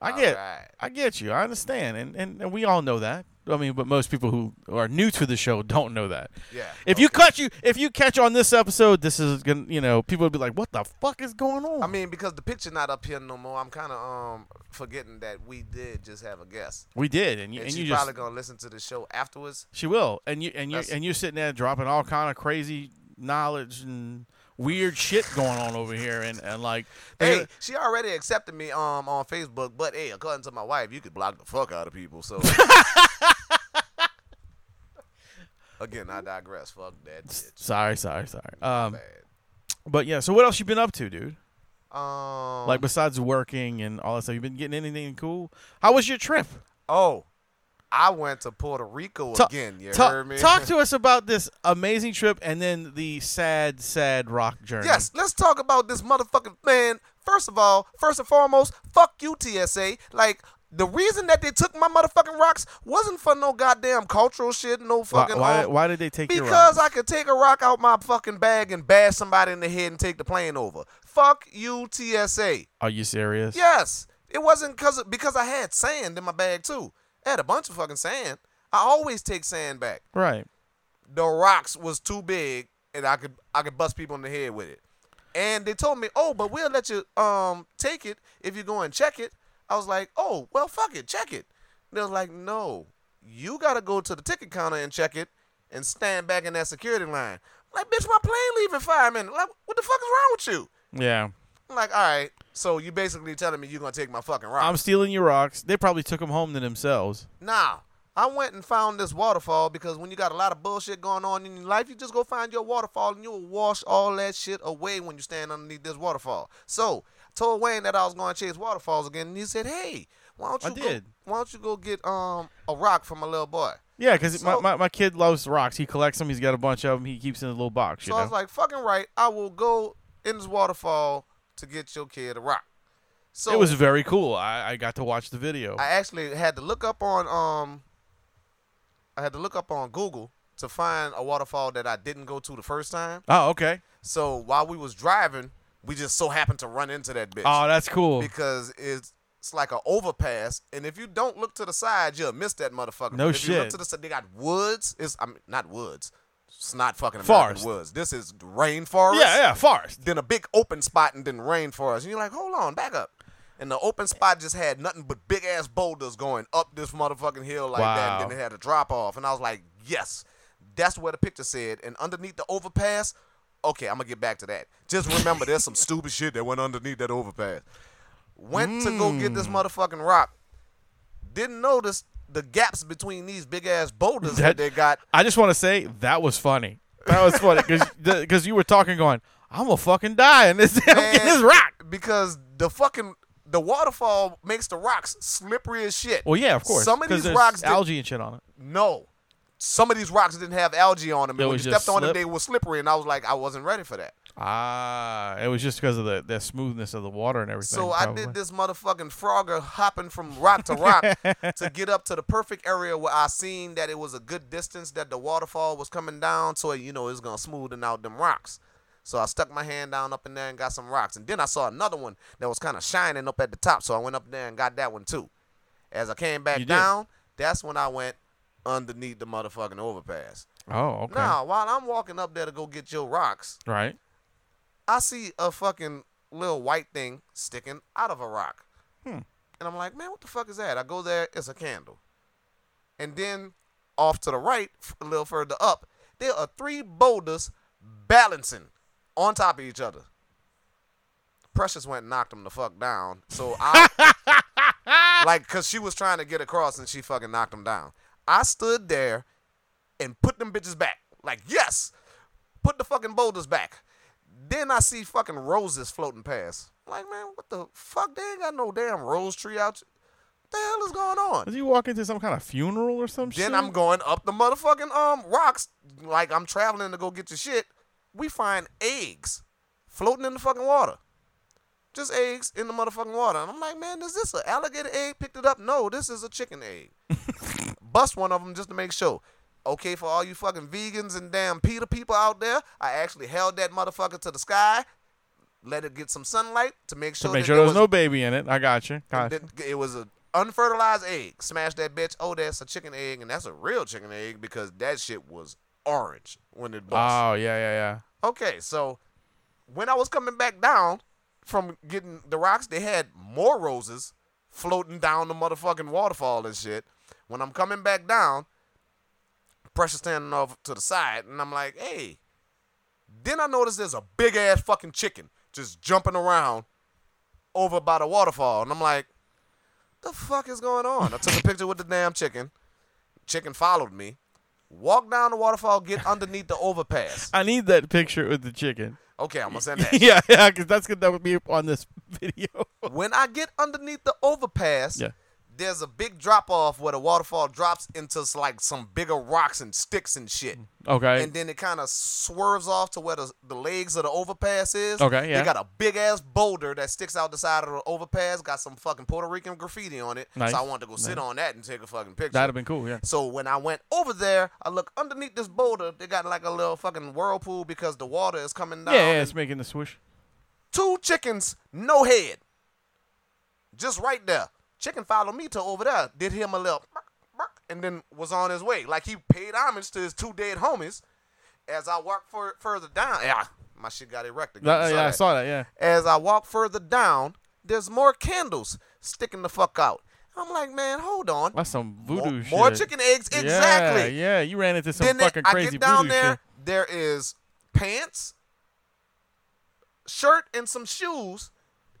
[SPEAKER 3] I get,
[SPEAKER 4] Alright.
[SPEAKER 3] I get you. I understand, and, and and we all know that. I mean, but most people who are new to the show don't know that.
[SPEAKER 4] Yeah,
[SPEAKER 3] If you catch you, if you catch on this episode, this is gonna, you know, people will be like, "What the fuck is going on?"
[SPEAKER 4] I mean because the picture not up here no more. I'm kind of um forgetting that we did just have a guest.
[SPEAKER 3] we did, and you
[SPEAKER 4] And,
[SPEAKER 3] and
[SPEAKER 4] she's
[SPEAKER 3] you just
[SPEAKER 4] probably gonna listen to the show afterwards.
[SPEAKER 3] she will, and you and you
[SPEAKER 4] That's-
[SPEAKER 3] and you're sitting there dropping all kind of crazy knowledge and weird shit going on over here, and and like, uh,
[SPEAKER 4] Hey, she already accepted me um on Facebook, but hey, according to my wife, you could block the fuck out of
[SPEAKER 3] <laughs>
[SPEAKER 4] people. So again, I digress. Fuck that bitch.
[SPEAKER 3] sorry, sorry, sorry. Um,
[SPEAKER 4] Bad.
[SPEAKER 3] but yeah. So what else you been up to, dude?
[SPEAKER 4] Um,
[SPEAKER 3] Like besides working and all that stuff, you been getting anything cool? How was your trip?
[SPEAKER 4] oh, I went to Puerto Rico
[SPEAKER 3] Ta-
[SPEAKER 4] again. You
[SPEAKER 3] ta-
[SPEAKER 4] heard me?
[SPEAKER 3] Talk
[SPEAKER 4] <laughs>
[SPEAKER 3] to us about this amazing trip and then the sad, sad rock journey.
[SPEAKER 4] yes, let's talk about this motherfucking man. First of all, first and foremost, fuck you, TSA. Like. The reason that they took my motherfucking rocks wasn't for no goddamn cultural shit, no
[SPEAKER 3] Why,
[SPEAKER 4] fucking.
[SPEAKER 3] why,
[SPEAKER 4] um,
[SPEAKER 3] why did they take your
[SPEAKER 4] Because
[SPEAKER 3] rock?
[SPEAKER 4] I could take a rock out my fucking bag and bash somebody in the head and take the plane over. Fuck you, TSA.
[SPEAKER 3] Are you serious?
[SPEAKER 4] Yes. It wasn't cause because I had sand in my bag too. I had a bunch of fucking sand. I always take sand back.
[SPEAKER 3] Right.
[SPEAKER 4] The rocks was too big, and I could I could bust people in the head with it. And they told me, oh, but we'll let you um take it if you go and check it. I was like, oh, well, fuck it, check it. They was like, no, you gotta go to the ticket counter and check it, and stand back in that security line. I'm like, bitch, my plane leaving five minutes. Like, what the fuck is wrong with you?
[SPEAKER 3] Yeah.
[SPEAKER 4] I'm like, all right. So you basically telling me you're gonna take my fucking rock?
[SPEAKER 3] I'm stealing your rocks. They probably took them home to themselves.
[SPEAKER 4] Nah, I went and found this waterfall because when you got a lot of bullshit going on in your life, you just go find your waterfall and you'll wash all that shit away when you stand underneath this waterfall. So I told Wayne that I was going to chase waterfalls again, and he said, "Hey, why don't
[SPEAKER 3] I
[SPEAKER 4] you
[SPEAKER 3] did.
[SPEAKER 4] go? Why don't you go get um a rock from a little boy?"
[SPEAKER 3] Yeah, because my, my, my kid loves rocks. He collects them. He's got a bunch of them. He keeps in a little box. You
[SPEAKER 4] So I
[SPEAKER 3] know?
[SPEAKER 4] was like, "Fucking right, I will go in this waterfall to get your kid a rock." So
[SPEAKER 3] it was very cool. I, I got to watch the video.
[SPEAKER 4] I actually had to look up on um I had to look up on Google to find a waterfall that I didn't go to the first time.
[SPEAKER 3] oh, okay.
[SPEAKER 4] So while we was driving, we just so happened to run into that bitch.
[SPEAKER 3] Oh, that's cool.
[SPEAKER 4] Because it's it's like an overpass, and if you don't look to the side, you'll miss that motherfucker.
[SPEAKER 3] No
[SPEAKER 4] But if You look
[SPEAKER 3] shit.
[SPEAKER 4] to the side, they got woods. It's I mean, not woods. It's not fucking
[SPEAKER 3] Forest.
[SPEAKER 4] American woods. This is rainforest.
[SPEAKER 3] Yeah, yeah, forest.
[SPEAKER 4] Then a big open spot, and then rainforest. And you're like, hold on, back up. And the open spot just had nothing but big ass boulders going up this motherfucking hill like that.
[SPEAKER 3] Wow.
[SPEAKER 4] And then it had a drop off, and I was like, yes, that's where the picture said. And underneath the overpass, okay, I'm gonna get back to that. Just remember, there's
[SPEAKER 3] <laughs>
[SPEAKER 4] some stupid shit that went underneath that overpass. Went to go get
[SPEAKER 3] Hmm.
[SPEAKER 4] this motherfucking rock. Didn't notice the gaps between these big ass boulders
[SPEAKER 3] That-
[SPEAKER 4] that, they got.
[SPEAKER 3] I just want to say that was funny. That was funny
[SPEAKER 4] <laughs>
[SPEAKER 3] because you were talking, going, "I'm gonna fucking die in this <laughs> damn
[SPEAKER 4] Man,
[SPEAKER 3] this rock."
[SPEAKER 4] because the fucking the waterfall makes the rocks slippery as shit.
[SPEAKER 3] Well, yeah, of course.
[SPEAKER 4] Some of
[SPEAKER 3] 'cause
[SPEAKER 4] these
[SPEAKER 3] there's
[SPEAKER 4] rocks did-
[SPEAKER 3] algae and shit on it.
[SPEAKER 4] No. Some of these rocks didn't have algae on them.
[SPEAKER 3] They
[SPEAKER 4] And when
[SPEAKER 3] was
[SPEAKER 4] you
[SPEAKER 3] just
[SPEAKER 4] stepped on them,
[SPEAKER 3] slip?
[SPEAKER 4] they were slippery, and I was like, I wasn't ready for that.
[SPEAKER 3] Ah, it was just because of the, the smoothness of the water and everything.
[SPEAKER 4] So I
[SPEAKER 3] probably.
[SPEAKER 4] did this motherfucking Frogger hopping from rock
[SPEAKER 3] <laughs>
[SPEAKER 4] to rock to get up to the perfect area where I seen that it was a good distance that the waterfall was coming down, so you know it's gonna smoothen out them rocks. So I stuck my hand down up in there and got some rocks, and then I saw another one that was kind of shining up at the top, so I went up there and got that one too. As I came back
[SPEAKER 3] You did.
[SPEAKER 4] down, that's when I went underneath the motherfucking overpass.
[SPEAKER 3] Oh, okay.
[SPEAKER 4] Now, while I'm walking up there to go get your rocks,
[SPEAKER 3] Right.
[SPEAKER 4] I see a fucking little white thing sticking out of a rock. And I'm like, man, what the fuck is that? I go there, it's a candle. And then off to the right, f- a little further up, there are three boulders balancing on top of each other. Precious went and knocked them the fuck down. So I, like, cause she was trying to get across and she fucking knocked them down. I stood there and put them bitches back. Like, yes, put the fucking boulders back. Then I see fucking roses floating past. Like, man, what the fuck? They ain't got no damn rose tree out. What the hell is going on?
[SPEAKER 3] Was he walking to some kind of funeral or some shit?
[SPEAKER 4] Then I'm going up the motherfucking um rocks, like I'm traveling to go get your shit. We find eggs floating in the fucking water. Just eggs in the motherfucking water. And I'm like, man, is this an alligator egg? Picked it up. No, this is a chicken egg.
[SPEAKER 3] <laughs>
[SPEAKER 4] Bust one of them just to make sure. Okay, for all you fucking vegans and damn PETA people out there, I actually held that motherfucker to the sky, let it get some sunlight to make sure
[SPEAKER 3] to make
[SPEAKER 4] that
[SPEAKER 3] sure there
[SPEAKER 4] there
[SPEAKER 3] was
[SPEAKER 4] was
[SPEAKER 3] no baby in it. I got you. Got you.
[SPEAKER 4] and then it was an unfertilized egg. Smash that bitch. Oh, that's a chicken egg, and that's a real chicken egg because that shit was orange when it bust.
[SPEAKER 3] Oh yeah, yeah, yeah.
[SPEAKER 4] okay, so when I was coming back down from getting the rocks, they had more roses floating down the motherfucking waterfall and shit. When I'm coming back down, pressure standing off to the side, and I'm like, hey. Then I noticed there's a big ass fucking chicken just jumping around over by the waterfall, and I'm like, the fuck is going on? I took a picture with the damn chicken. Chicken followed me. Walked down the waterfall, get underneath the overpass.
[SPEAKER 3] I need that picture with the chicken. <laughs>
[SPEAKER 4] Okay, I'm gonna send that.
[SPEAKER 3] yeah, yeah, because that's good. That would be on this <laughs> video.
[SPEAKER 4] When I get underneath the overpass,
[SPEAKER 3] Yeah.
[SPEAKER 4] there's a big drop off where the waterfall drops into s- like some bigger rocks and sticks and shit.
[SPEAKER 3] Okay.
[SPEAKER 4] And then it kind of swerves off to where the, the legs of the overpass is.
[SPEAKER 3] Okay, yeah.
[SPEAKER 4] They got a big ass boulder that sticks out the side of the overpass, got some fucking Puerto Rican graffiti on it.
[SPEAKER 3] Nice,
[SPEAKER 4] So I wanted to go sit
[SPEAKER 3] nice.
[SPEAKER 4] on that and take a fucking picture.
[SPEAKER 3] That'd have been cool. Yeah.
[SPEAKER 4] So when I went over there, I look underneath this boulder. They got like a little fucking whirlpool because the water is coming down.
[SPEAKER 3] Yeah, yeah,
[SPEAKER 4] and
[SPEAKER 3] it's making the swoosh.
[SPEAKER 4] two chickens, no head, Just right there. Chicken followed me to over there. Did him a little bark, bark, and then was on his way. Like he paid homage to his two dead homies. As I walked fur- further down, yeah, my shit got erected. You
[SPEAKER 3] yeah, I saw that. Yeah.
[SPEAKER 4] As I walk further down, there's more candles sticking the fuck out. I'm like, man, hold on.
[SPEAKER 3] That's some voodoo
[SPEAKER 4] more,
[SPEAKER 3] shit.
[SPEAKER 4] more chicken eggs,
[SPEAKER 3] Yeah,
[SPEAKER 4] exactly.
[SPEAKER 3] Yeah, you ran into some
[SPEAKER 4] then they-
[SPEAKER 3] fucking crazy
[SPEAKER 4] I get down
[SPEAKER 3] voodoo
[SPEAKER 4] there.
[SPEAKER 3] shit.
[SPEAKER 4] There is pants, shirt, and some shoes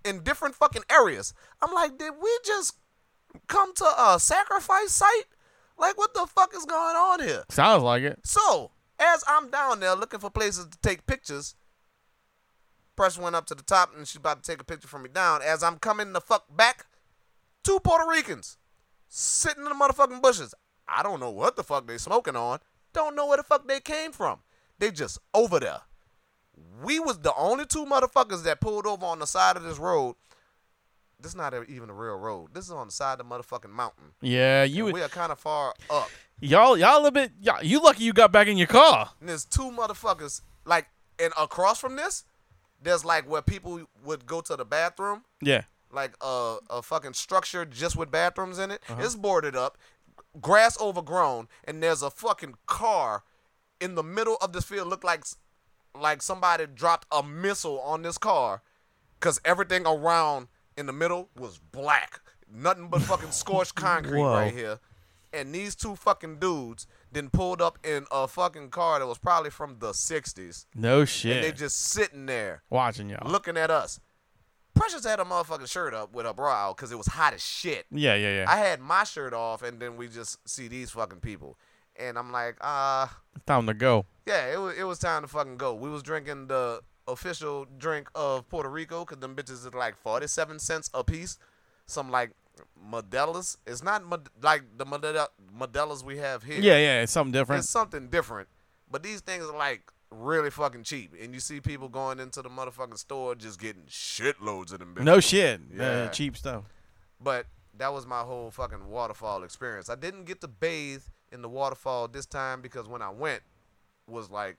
[SPEAKER 4] in different fucking areas. I'm like, did we just come to a sacrifice site? Like, what the fuck is going on here?
[SPEAKER 3] Sounds like it.
[SPEAKER 4] So, as I'm down there looking for places to take pictures, press went up to the top and she's about to take a picture from me down. As I'm coming the fuck back, two Puerto Ricans sitting in the motherfucking bushes. I don't know what the fuck they smoking on. Don't know where the fuck they came from. They just over there. We was the only two motherfuckers that pulled over on the side of this road. This not even a real road. This is on the side of the motherfucking mountain.
[SPEAKER 3] Yeah, you
[SPEAKER 4] we are kind of far up.
[SPEAKER 3] y'all y'all a bit y'all, you lucky you got back in your car.
[SPEAKER 4] And there's two motherfuckers like and across from this, there's like where people would go to the bathroom,
[SPEAKER 3] Yeah.
[SPEAKER 4] like a a fucking structure just with bathrooms in it.
[SPEAKER 3] Uh-huh.
[SPEAKER 4] It's boarded up, grass overgrown, and there's a fucking car in the middle of this field. Look like s- like somebody dropped a missile on this car, cause everything around in the middle was black, nothing
[SPEAKER 3] <laughs>
[SPEAKER 4] but fucking scorched concrete
[SPEAKER 3] Whoa.
[SPEAKER 4] right here. And these two fucking dudes then pulled up in a fucking car that was probably from the '60s,
[SPEAKER 3] No
[SPEAKER 4] and they
[SPEAKER 3] shit.
[SPEAKER 4] just sitting there
[SPEAKER 3] Watching y'all.
[SPEAKER 4] looking at us. Precious had a motherfucking shirt up with her bra out because it was hot as shit.
[SPEAKER 3] Yeah, yeah, yeah.
[SPEAKER 4] I had my shirt off, and then we just see these fucking people, and I'm like, uh,
[SPEAKER 3] it's time to go.
[SPEAKER 4] yeah, it was it was time to fucking go. We was drinking the official drink of Puerto Rico because them bitches is like forty seven cents a piece, some like Modelo's. It's not Mod- like the Modelo- Modelo's we have here.
[SPEAKER 3] Yeah, yeah, it's something different.
[SPEAKER 4] It's something different. But these things are like really fucking cheap. And you see people going into the motherfucking store just getting shitloads of them bitches.
[SPEAKER 3] no shit. Yeah.
[SPEAKER 4] Yeah.
[SPEAKER 3] cheap stuff.
[SPEAKER 4] But that was my whole fucking waterfall experience. I didn't get to bathe in the waterfall this time because when I went was like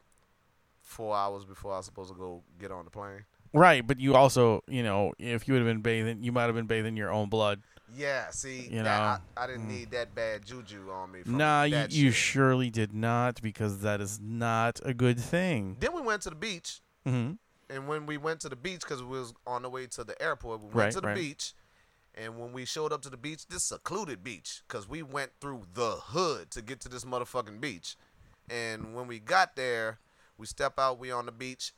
[SPEAKER 4] four hours before I was supposed to go get on the plane.
[SPEAKER 3] Right, but you also, you know, if you would have been bathing, you might have been bathing your own blood.
[SPEAKER 4] Yeah, see,
[SPEAKER 3] You know,
[SPEAKER 4] that-
[SPEAKER 3] Mm.
[SPEAKER 4] I, I didn't need that bad juju on me. From
[SPEAKER 3] Nah, you,
[SPEAKER 4] that
[SPEAKER 3] you
[SPEAKER 4] shit.
[SPEAKER 3] surely did not because that is not a good thing.
[SPEAKER 4] Then we went to the beach.
[SPEAKER 3] hmm
[SPEAKER 4] and when we went to the beach because we was on the way to the airport, we went
[SPEAKER 3] Right,
[SPEAKER 4] to the
[SPEAKER 3] right.
[SPEAKER 4] beach, and when we showed up to the beach, this secluded beach because we went through the hood to get to this motherfucking beach, and when we got there, we step out, we on the beach,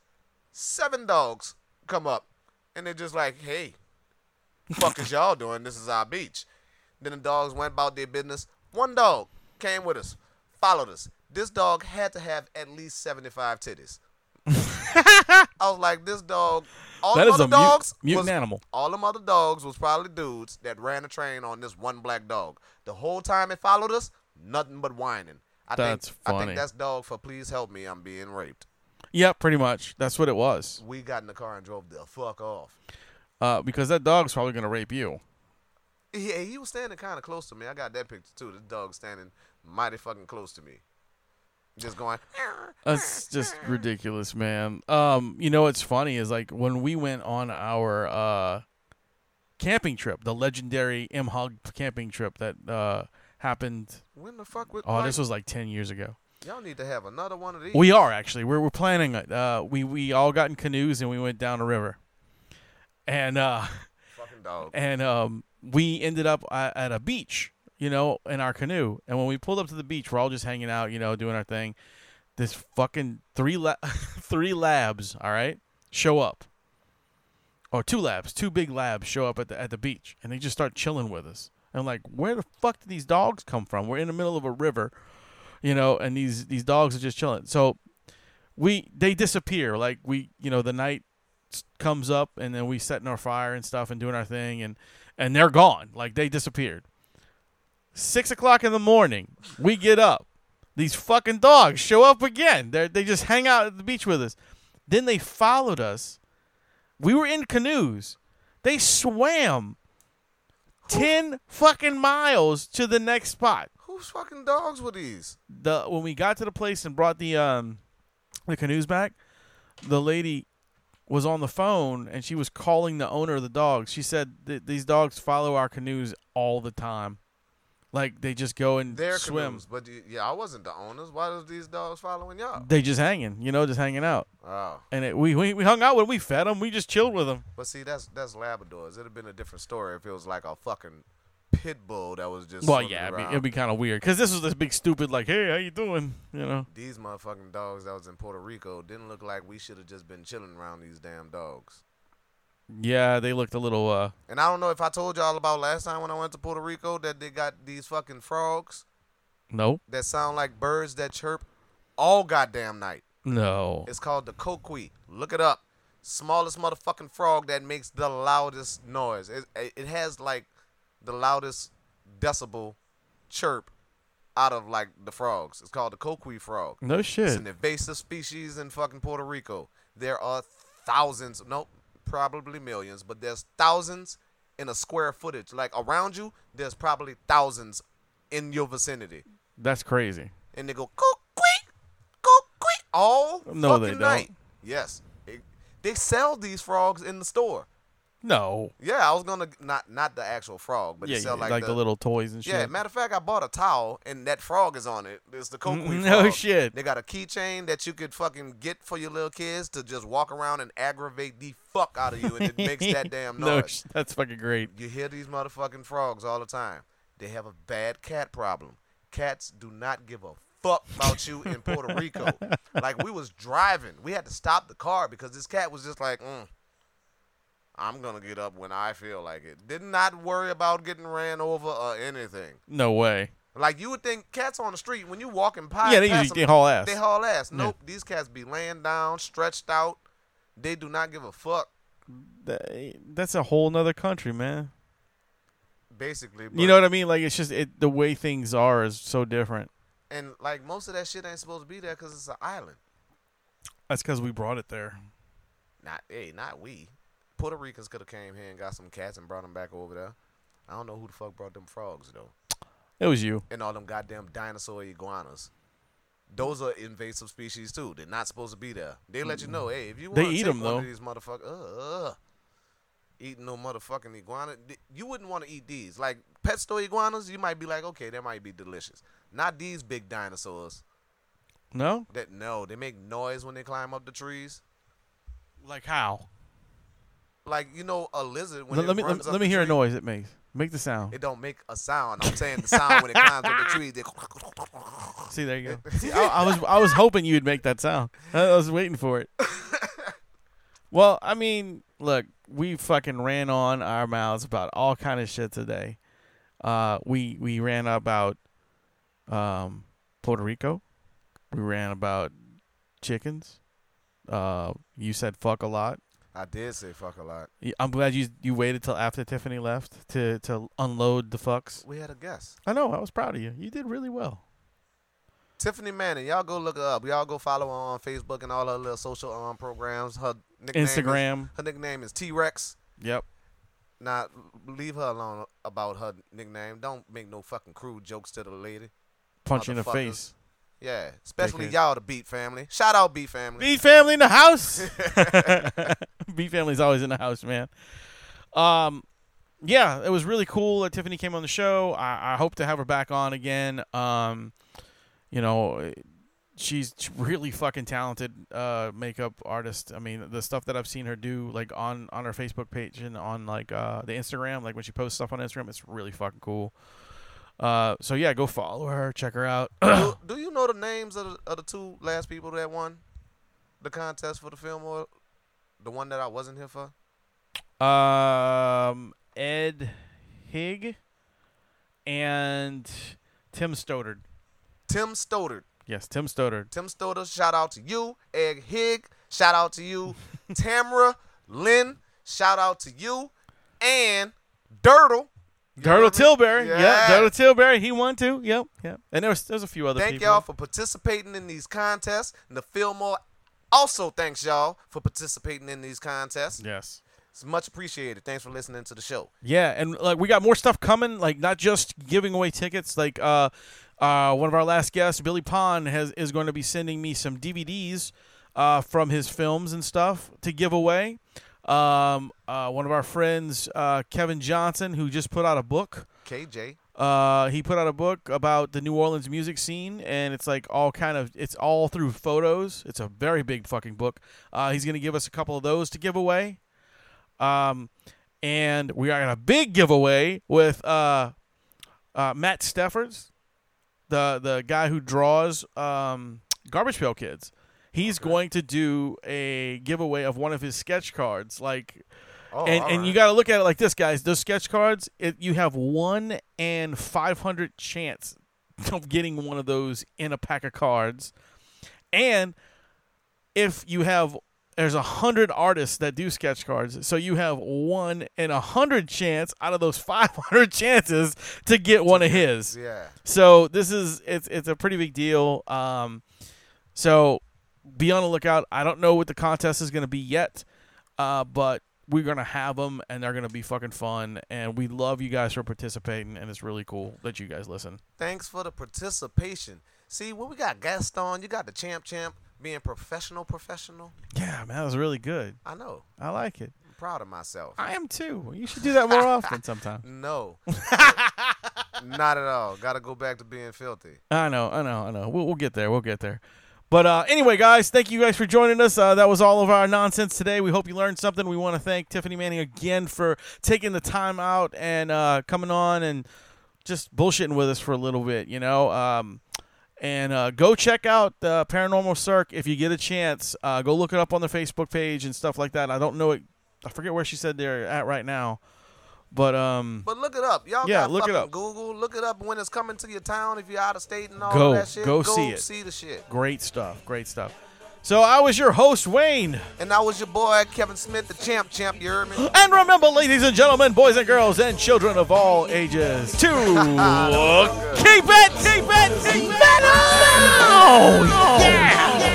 [SPEAKER 4] seven dogs come up, and they're just like, "Hey, fuck is y'all doing? This is our beach." Then the dogs went about their business. One dog came with us, followed us. This dog had to have at least seventy-five titties. I was like, this dog. All
[SPEAKER 3] That
[SPEAKER 4] them
[SPEAKER 3] is
[SPEAKER 4] other
[SPEAKER 3] a mute-
[SPEAKER 4] dogs
[SPEAKER 3] mutant
[SPEAKER 4] was-
[SPEAKER 3] animal.
[SPEAKER 4] All them other dogs was probably dudes that ran a train on this one black dog. The whole time it followed us, nothing but whining. I
[SPEAKER 3] That's
[SPEAKER 4] think, I
[SPEAKER 3] funny.
[SPEAKER 4] think that's dog for please help me. I'm being raped.
[SPEAKER 3] Yeah, pretty much. That's what it was.
[SPEAKER 4] We got in the car and drove the fuck off.
[SPEAKER 3] Uh, because that dog's probably gonna rape you.
[SPEAKER 4] Yeah, he was standing kind of close to me. I got that picture too. This dog standing mighty fucking close to me, just going.
[SPEAKER 3] That's just ridiculous, man. Um, you know what's funny is like when we went on our uh camping trip, the legendary M Hog camping trip that uh happened
[SPEAKER 4] When the fuck? We,
[SPEAKER 3] oh, this was Oh, like ten years ago.
[SPEAKER 4] y'all need to have another one of these.
[SPEAKER 3] We are actually. We're we're planning it. Uh we, we all got in canoes and we went down a river. And uh
[SPEAKER 4] fucking dog.
[SPEAKER 3] and um, we ended up a- at a beach, you know, in our canoe. And when we pulled up to the beach, we're all just hanging out, you know, doing our thing. This fucking three la- <laughs> three labs, all right, show up, or two labs, two big labs show up at the at the beach, and they just start chilling with us. And I'm like, where the fuck did these dogs come from? We're in the middle of a river, you know, and these these dogs are just chilling. So we they disappear like we you know the night s- comes up and then we setting our fire and stuff and doing our thing and and they're gone like they disappeared six o'clock in the morning we get up these fucking dogs show up again they they just hang out at the beach with us then they followed us we were in canoes they swam 10 fucking miles to the next spot
[SPEAKER 4] Whose fucking dogs were these?
[SPEAKER 3] the when we got to the place and brought the um the canoes back, the lady was on the phone and she was calling the owner of the dogs. She said th- these dogs follow our canoes all the time. Like they just go and
[SPEAKER 4] Their
[SPEAKER 3] swim.
[SPEAKER 4] canoes, but you- yeah, I wasn't the owners. Why was these dogs following y'all?
[SPEAKER 3] They just hanging, you know, just hanging out.
[SPEAKER 4] Oh.
[SPEAKER 3] And it, we, we we hung out with 'em. We fed them. We just chilled with them.
[SPEAKER 4] But see, that's that's Labradors. It'd have been a different story if it was like a fucking pit bull that was just.
[SPEAKER 3] Well,
[SPEAKER 4] swimming
[SPEAKER 3] yeah, it'd be,
[SPEAKER 4] around.
[SPEAKER 3] it'd be kind of weird because this was this big stupid like, hey, how you doing? You know.
[SPEAKER 4] These motherfucking dogs that was in Puerto Rico didn't look like we should have just been chilling around these damn dogs.
[SPEAKER 3] Yeah, they looked a little. uh
[SPEAKER 4] And I don't know if I told y'all about last time when I went to Puerto Rico that they got these fucking frogs
[SPEAKER 3] No,
[SPEAKER 4] that sound like birds that chirp all goddamn night.
[SPEAKER 3] no.
[SPEAKER 4] It's called the coqui. Look it up. Smallest motherfucking frog that makes the loudest noise. It, it has like the loudest decibel chirp out of like the frogs. It's called the coqui frog.
[SPEAKER 3] No
[SPEAKER 4] It's
[SPEAKER 3] shit.
[SPEAKER 4] an invasive species in fucking Puerto Rico. There are thousands, nope, probably millions, but there's thousands in a square footage. Like around you, there's probably thousands in your vicinity.
[SPEAKER 3] That's crazy.
[SPEAKER 4] And they go coqui, coqui all
[SPEAKER 3] No,
[SPEAKER 4] fucking
[SPEAKER 3] they don't.
[SPEAKER 4] night. Yes. It- they sell these frogs in the store.
[SPEAKER 3] No.
[SPEAKER 4] Yeah, I was gonna not not the actual frog, but
[SPEAKER 3] yeah,
[SPEAKER 4] they sell
[SPEAKER 3] yeah,
[SPEAKER 4] like,
[SPEAKER 3] the, little toys and shit.
[SPEAKER 4] yeah, matter of fact, I bought a towel and that frog is on it. It's the
[SPEAKER 3] <laughs>
[SPEAKER 4] coqui
[SPEAKER 3] No
[SPEAKER 4] frog.
[SPEAKER 3] shit.
[SPEAKER 4] They got a keychain that you could fucking get for your little kids to just walk around and aggravate the fuck out of you, and it makes
[SPEAKER 3] <laughs>
[SPEAKER 4] that damn noise.
[SPEAKER 3] no, sh- that's fucking great.
[SPEAKER 4] You hear these motherfucking frogs all the time. They have a bad cat problem. Cats do not give a fuck about you in Puerto
[SPEAKER 3] <laughs>
[SPEAKER 4] Rico. Like we was driving, we had to stop the car because this cat was just like, mm, "I'm gonna get up when I feel like it." Did not worry about getting ran over or anything.
[SPEAKER 3] No way.
[SPEAKER 4] Like you would think cats on the street when you walking by.
[SPEAKER 3] Yeah, they
[SPEAKER 4] past
[SPEAKER 3] usually-
[SPEAKER 4] them,
[SPEAKER 3] they haul ass.
[SPEAKER 4] They haul ass.
[SPEAKER 3] Yeah.
[SPEAKER 4] Nope, these cats be laying down, stretched out. They do not give a fuck,
[SPEAKER 3] They- that's a whole nother country, man.
[SPEAKER 4] basically.
[SPEAKER 3] you
[SPEAKER 4] but-
[SPEAKER 3] know what I mean? Like it's just it the way things are is so different.
[SPEAKER 4] and like most of that shit ain't supposed to be there because it's an island.
[SPEAKER 3] That's because we brought it there.
[SPEAKER 4] Not hey, not we. Puerto Ricans could have came here and got some cats and brought them back over there. I don't know who the fuck brought them frogs though,
[SPEAKER 3] It was you.
[SPEAKER 4] and all them goddamn dinosaur iguanas. Those are invasive species too. They're not supposed to be there. They let you know, hey, if you
[SPEAKER 3] They
[SPEAKER 4] want to
[SPEAKER 3] eat
[SPEAKER 4] take
[SPEAKER 3] 'em,
[SPEAKER 4] one
[SPEAKER 3] though.
[SPEAKER 4] of these motherfuckers, uh, eating no motherfucking iguana, th- you wouldn't want to eat these. Like pet store iguanas, you might be like, okay, that might be delicious. Not these big dinosaurs.
[SPEAKER 3] No?
[SPEAKER 4] That no, they make noise when they climb up the trees.
[SPEAKER 3] Like how?
[SPEAKER 4] Like you know, a lizard when
[SPEAKER 3] Let,
[SPEAKER 4] it
[SPEAKER 3] let me
[SPEAKER 4] runs
[SPEAKER 3] let,
[SPEAKER 4] up
[SPEAKER 3] let me
[SPEAKER 4] the
[SPEAKER 3] hear a
[SPEAKER 4] tree,
[SPEAKER 3] noise it makes. Make the sound.
[SPEAKER 4] It don't make a sound. I'm saying the sound when it climbs up the
[SPEAKER 3] <laughs>
[SPEAKER 4] tree. They <laughs>
[SPEAKER 3] See, there you go. See, I, I was I was hoping you'd make that sound. I was waiting for it. Well, I mean, look, we fucking ran on our mouths about all kind of shit today. Uh, we we ran about um, Puerto Rico. We ran about chickens. Uh, you said fuck a lot.
[SPEAKER 4] I did say fuck a lot.
[SPEAKER 3] Y- I'm glad you you waited till after Tiffany left to to unload the fucks.
[SPEAKER 4] We had a guest,
[SPEAKER 3] I know. I was proud of you. You did really well.
[SPEAKER 4] Tiffany Manning. Y'all go look her up. Y'all go follow her on Facebook and all her little social um programs. Her nickname is-
[SPEAKER 3] Instagram.
[SPEAKER 4] her nickname is T Rex.
[SPEAKER 3] Yep.
[SPEAKER 4] Now leave her alone about her nickname. Don't make no fucking crude jokes to the lady.
[SPEAKER 3] Punch you in the
[SPEAKER 4] Motherfuckers.
[SPEAKER 3] face.
[SPEAKER 4] Yeah, especially
[SPEAKER 3] Dickhead.
[SPEAKER 4] y'all, the Beat family. Shout out Beat family.
[SPEAKER 3] B family in the house. <laughs> B family's always in the house, man. Um, yeah, it was really cool that Tiffany came on the show. I, I hope to have her back on again. Um, you know, she's really fucking talented uh, makeup artist. I mean, the stuff that I've seen her do, like on on her Facebook page and on like uh, the Instagram, like when she posts stuff on Instagram, it's really fucking cool. Uh, so yeah, go follow her, check her out.
[SPEAKER 4] do, do you know the names of the, of the two last people that won the contest for the film or the one that I wasn't here for?
[SPEAKER 3] Um, Ed Hig and Tim Stoddard.
[SPEAKER 4] Tim Stoddard.
[SPEAKER 3] Yes, Tim Stoddard.
[SPEAKER 4] Tim Stoddard, shout out to you. Egg Hig, shout out to you. Tamara Lynn, shout out to you. And Dirtle.
[SPEAKER 3] Dirtle Tilbury.
[SPEAKER 4] Yeah.
[SPEAKER 3] Yeah, Dirtle Tilbury. He won too. Yep, yep. And there's there's a few other
[SPEAKER 4] Thank
[SPEAKER 3] people.
[SPEAKER 4] y'all for participating in these contests. And the Fillmore also thanks y'all for participating in these contests.
[SPEAKER 3] Yes.
[SPEAKER 4] It's much appreciated. Thanks for listening to the show.
[SPEAKER 3] Yeah, and like we got more stuff coming, like not just giving away tickets. Like uh, uh, one of our last guests, Billy Pond, has is going to be sending me some DVDs uh, from his films and stuff to give away. Um, uh, one of our friends, uh, Kevin Johnson, who just put out a book.
[SPEAKER 4] KJ.
[SPEAKER 3] Uh, he put out a book about the New Orleans music scene, and it's like all kind of it's all through photos. It's a very big fucking book. Uh, he's gonna give us a couple of those to give away. Um, and we are in a big giveaway with uh, uh, Matt Steffords, the the guy who draws um, Garbage Pail Kids. He's going to do a giveaway of one of his sketch cards, like.
[SPEAKER 4] Oh,
[SPEAKER 3] and,
[SPEAKER 4] all
[SPEAKER 3] and you got to look at it like this, guys. Those sketch cards, it, you have one and five hundred chance <laughs> of getting one of those in a pack of cards. And if you have there's a hundred artists that do sketch cards, so you have one in a hundred chance out of those <laughs> five hundred chances to get one of his.
[SPEAKER 4] Yeah.
[SPEAKER 3] So this is it's it's a pretty big deal. Um, so be on the lookout. I don't know what the contest is going to be yet, uh, but we're going to have them and they're going to be fucking fun. And we love you guys for participating, and it's really cool that you guys listen.
[SPEAKER 4] Thanks for the participation. See, when we got Gaston, you got the champ champ being professional, professional.
[SPEAKER 3] Yeah, man, that was really good.
[SPEAKER 4] I know.
[SPEAKER 3] I like it.
[SPEAKER 4] I'm proud of myself.
[SPEAKER 3] I am too. You should do that more often <laughs> sometime.
[SPEAKER 4] No. Not at all. Got to go back to being filthy.
[SPEAKER 3] I know, I know, I know. We'll, we'll get there. We'll get there. But uh, anyway, guys, thank you guys for joining us. Uh, that was all of our nonsense today. We hope you learned something. We want to thank Tiffany Manning again for taking the time out and uh, coming on and just bullshitting with us for a little bit, you know. Um, and uh, go check out uh, Paranormal Cirque if you get a chance. Uh, go look it up on their Facebook page and stuff like that. I don't know it. I forget where she said they're at right now, but um,
[SPEAKER 4] But look it up. Y'all
[SPEAKER 3] Yeah,
[SPEAKER 4] got
[SPEAKER 3] look it
[SPEAKER 4] fucking
[SPEAKER 3] up.
[SPEAKER 4] Google. Look it up when it's coming to your town if you're out of state and all
[SPEAKER 3] Go,
[SPEAKER 4] of that shit.
[SPEAKER 3] go see it.
[SPEAKER 4] the shit.
[SPEAKER 3] great stuff, great stuff. So I was your host, Wayne.
[SPEAKER 4] And that was your boy, Kevin Smith, the champ champ. You heard me?
[SPEAKER 3] And remember, ladies and gentlemen, boys and girls, and children of all ages, to keep it, keep it, keep it metal! Yeah!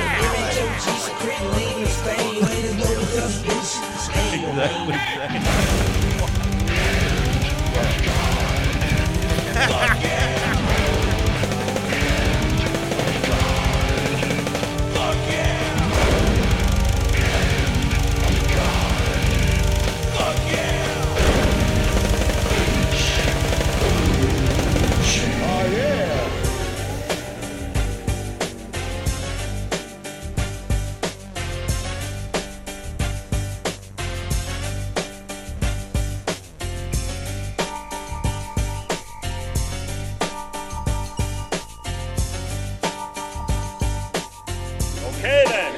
[SPEAKER 11] Okay then.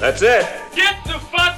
[SPEAKER 11] That's it. Get the fuck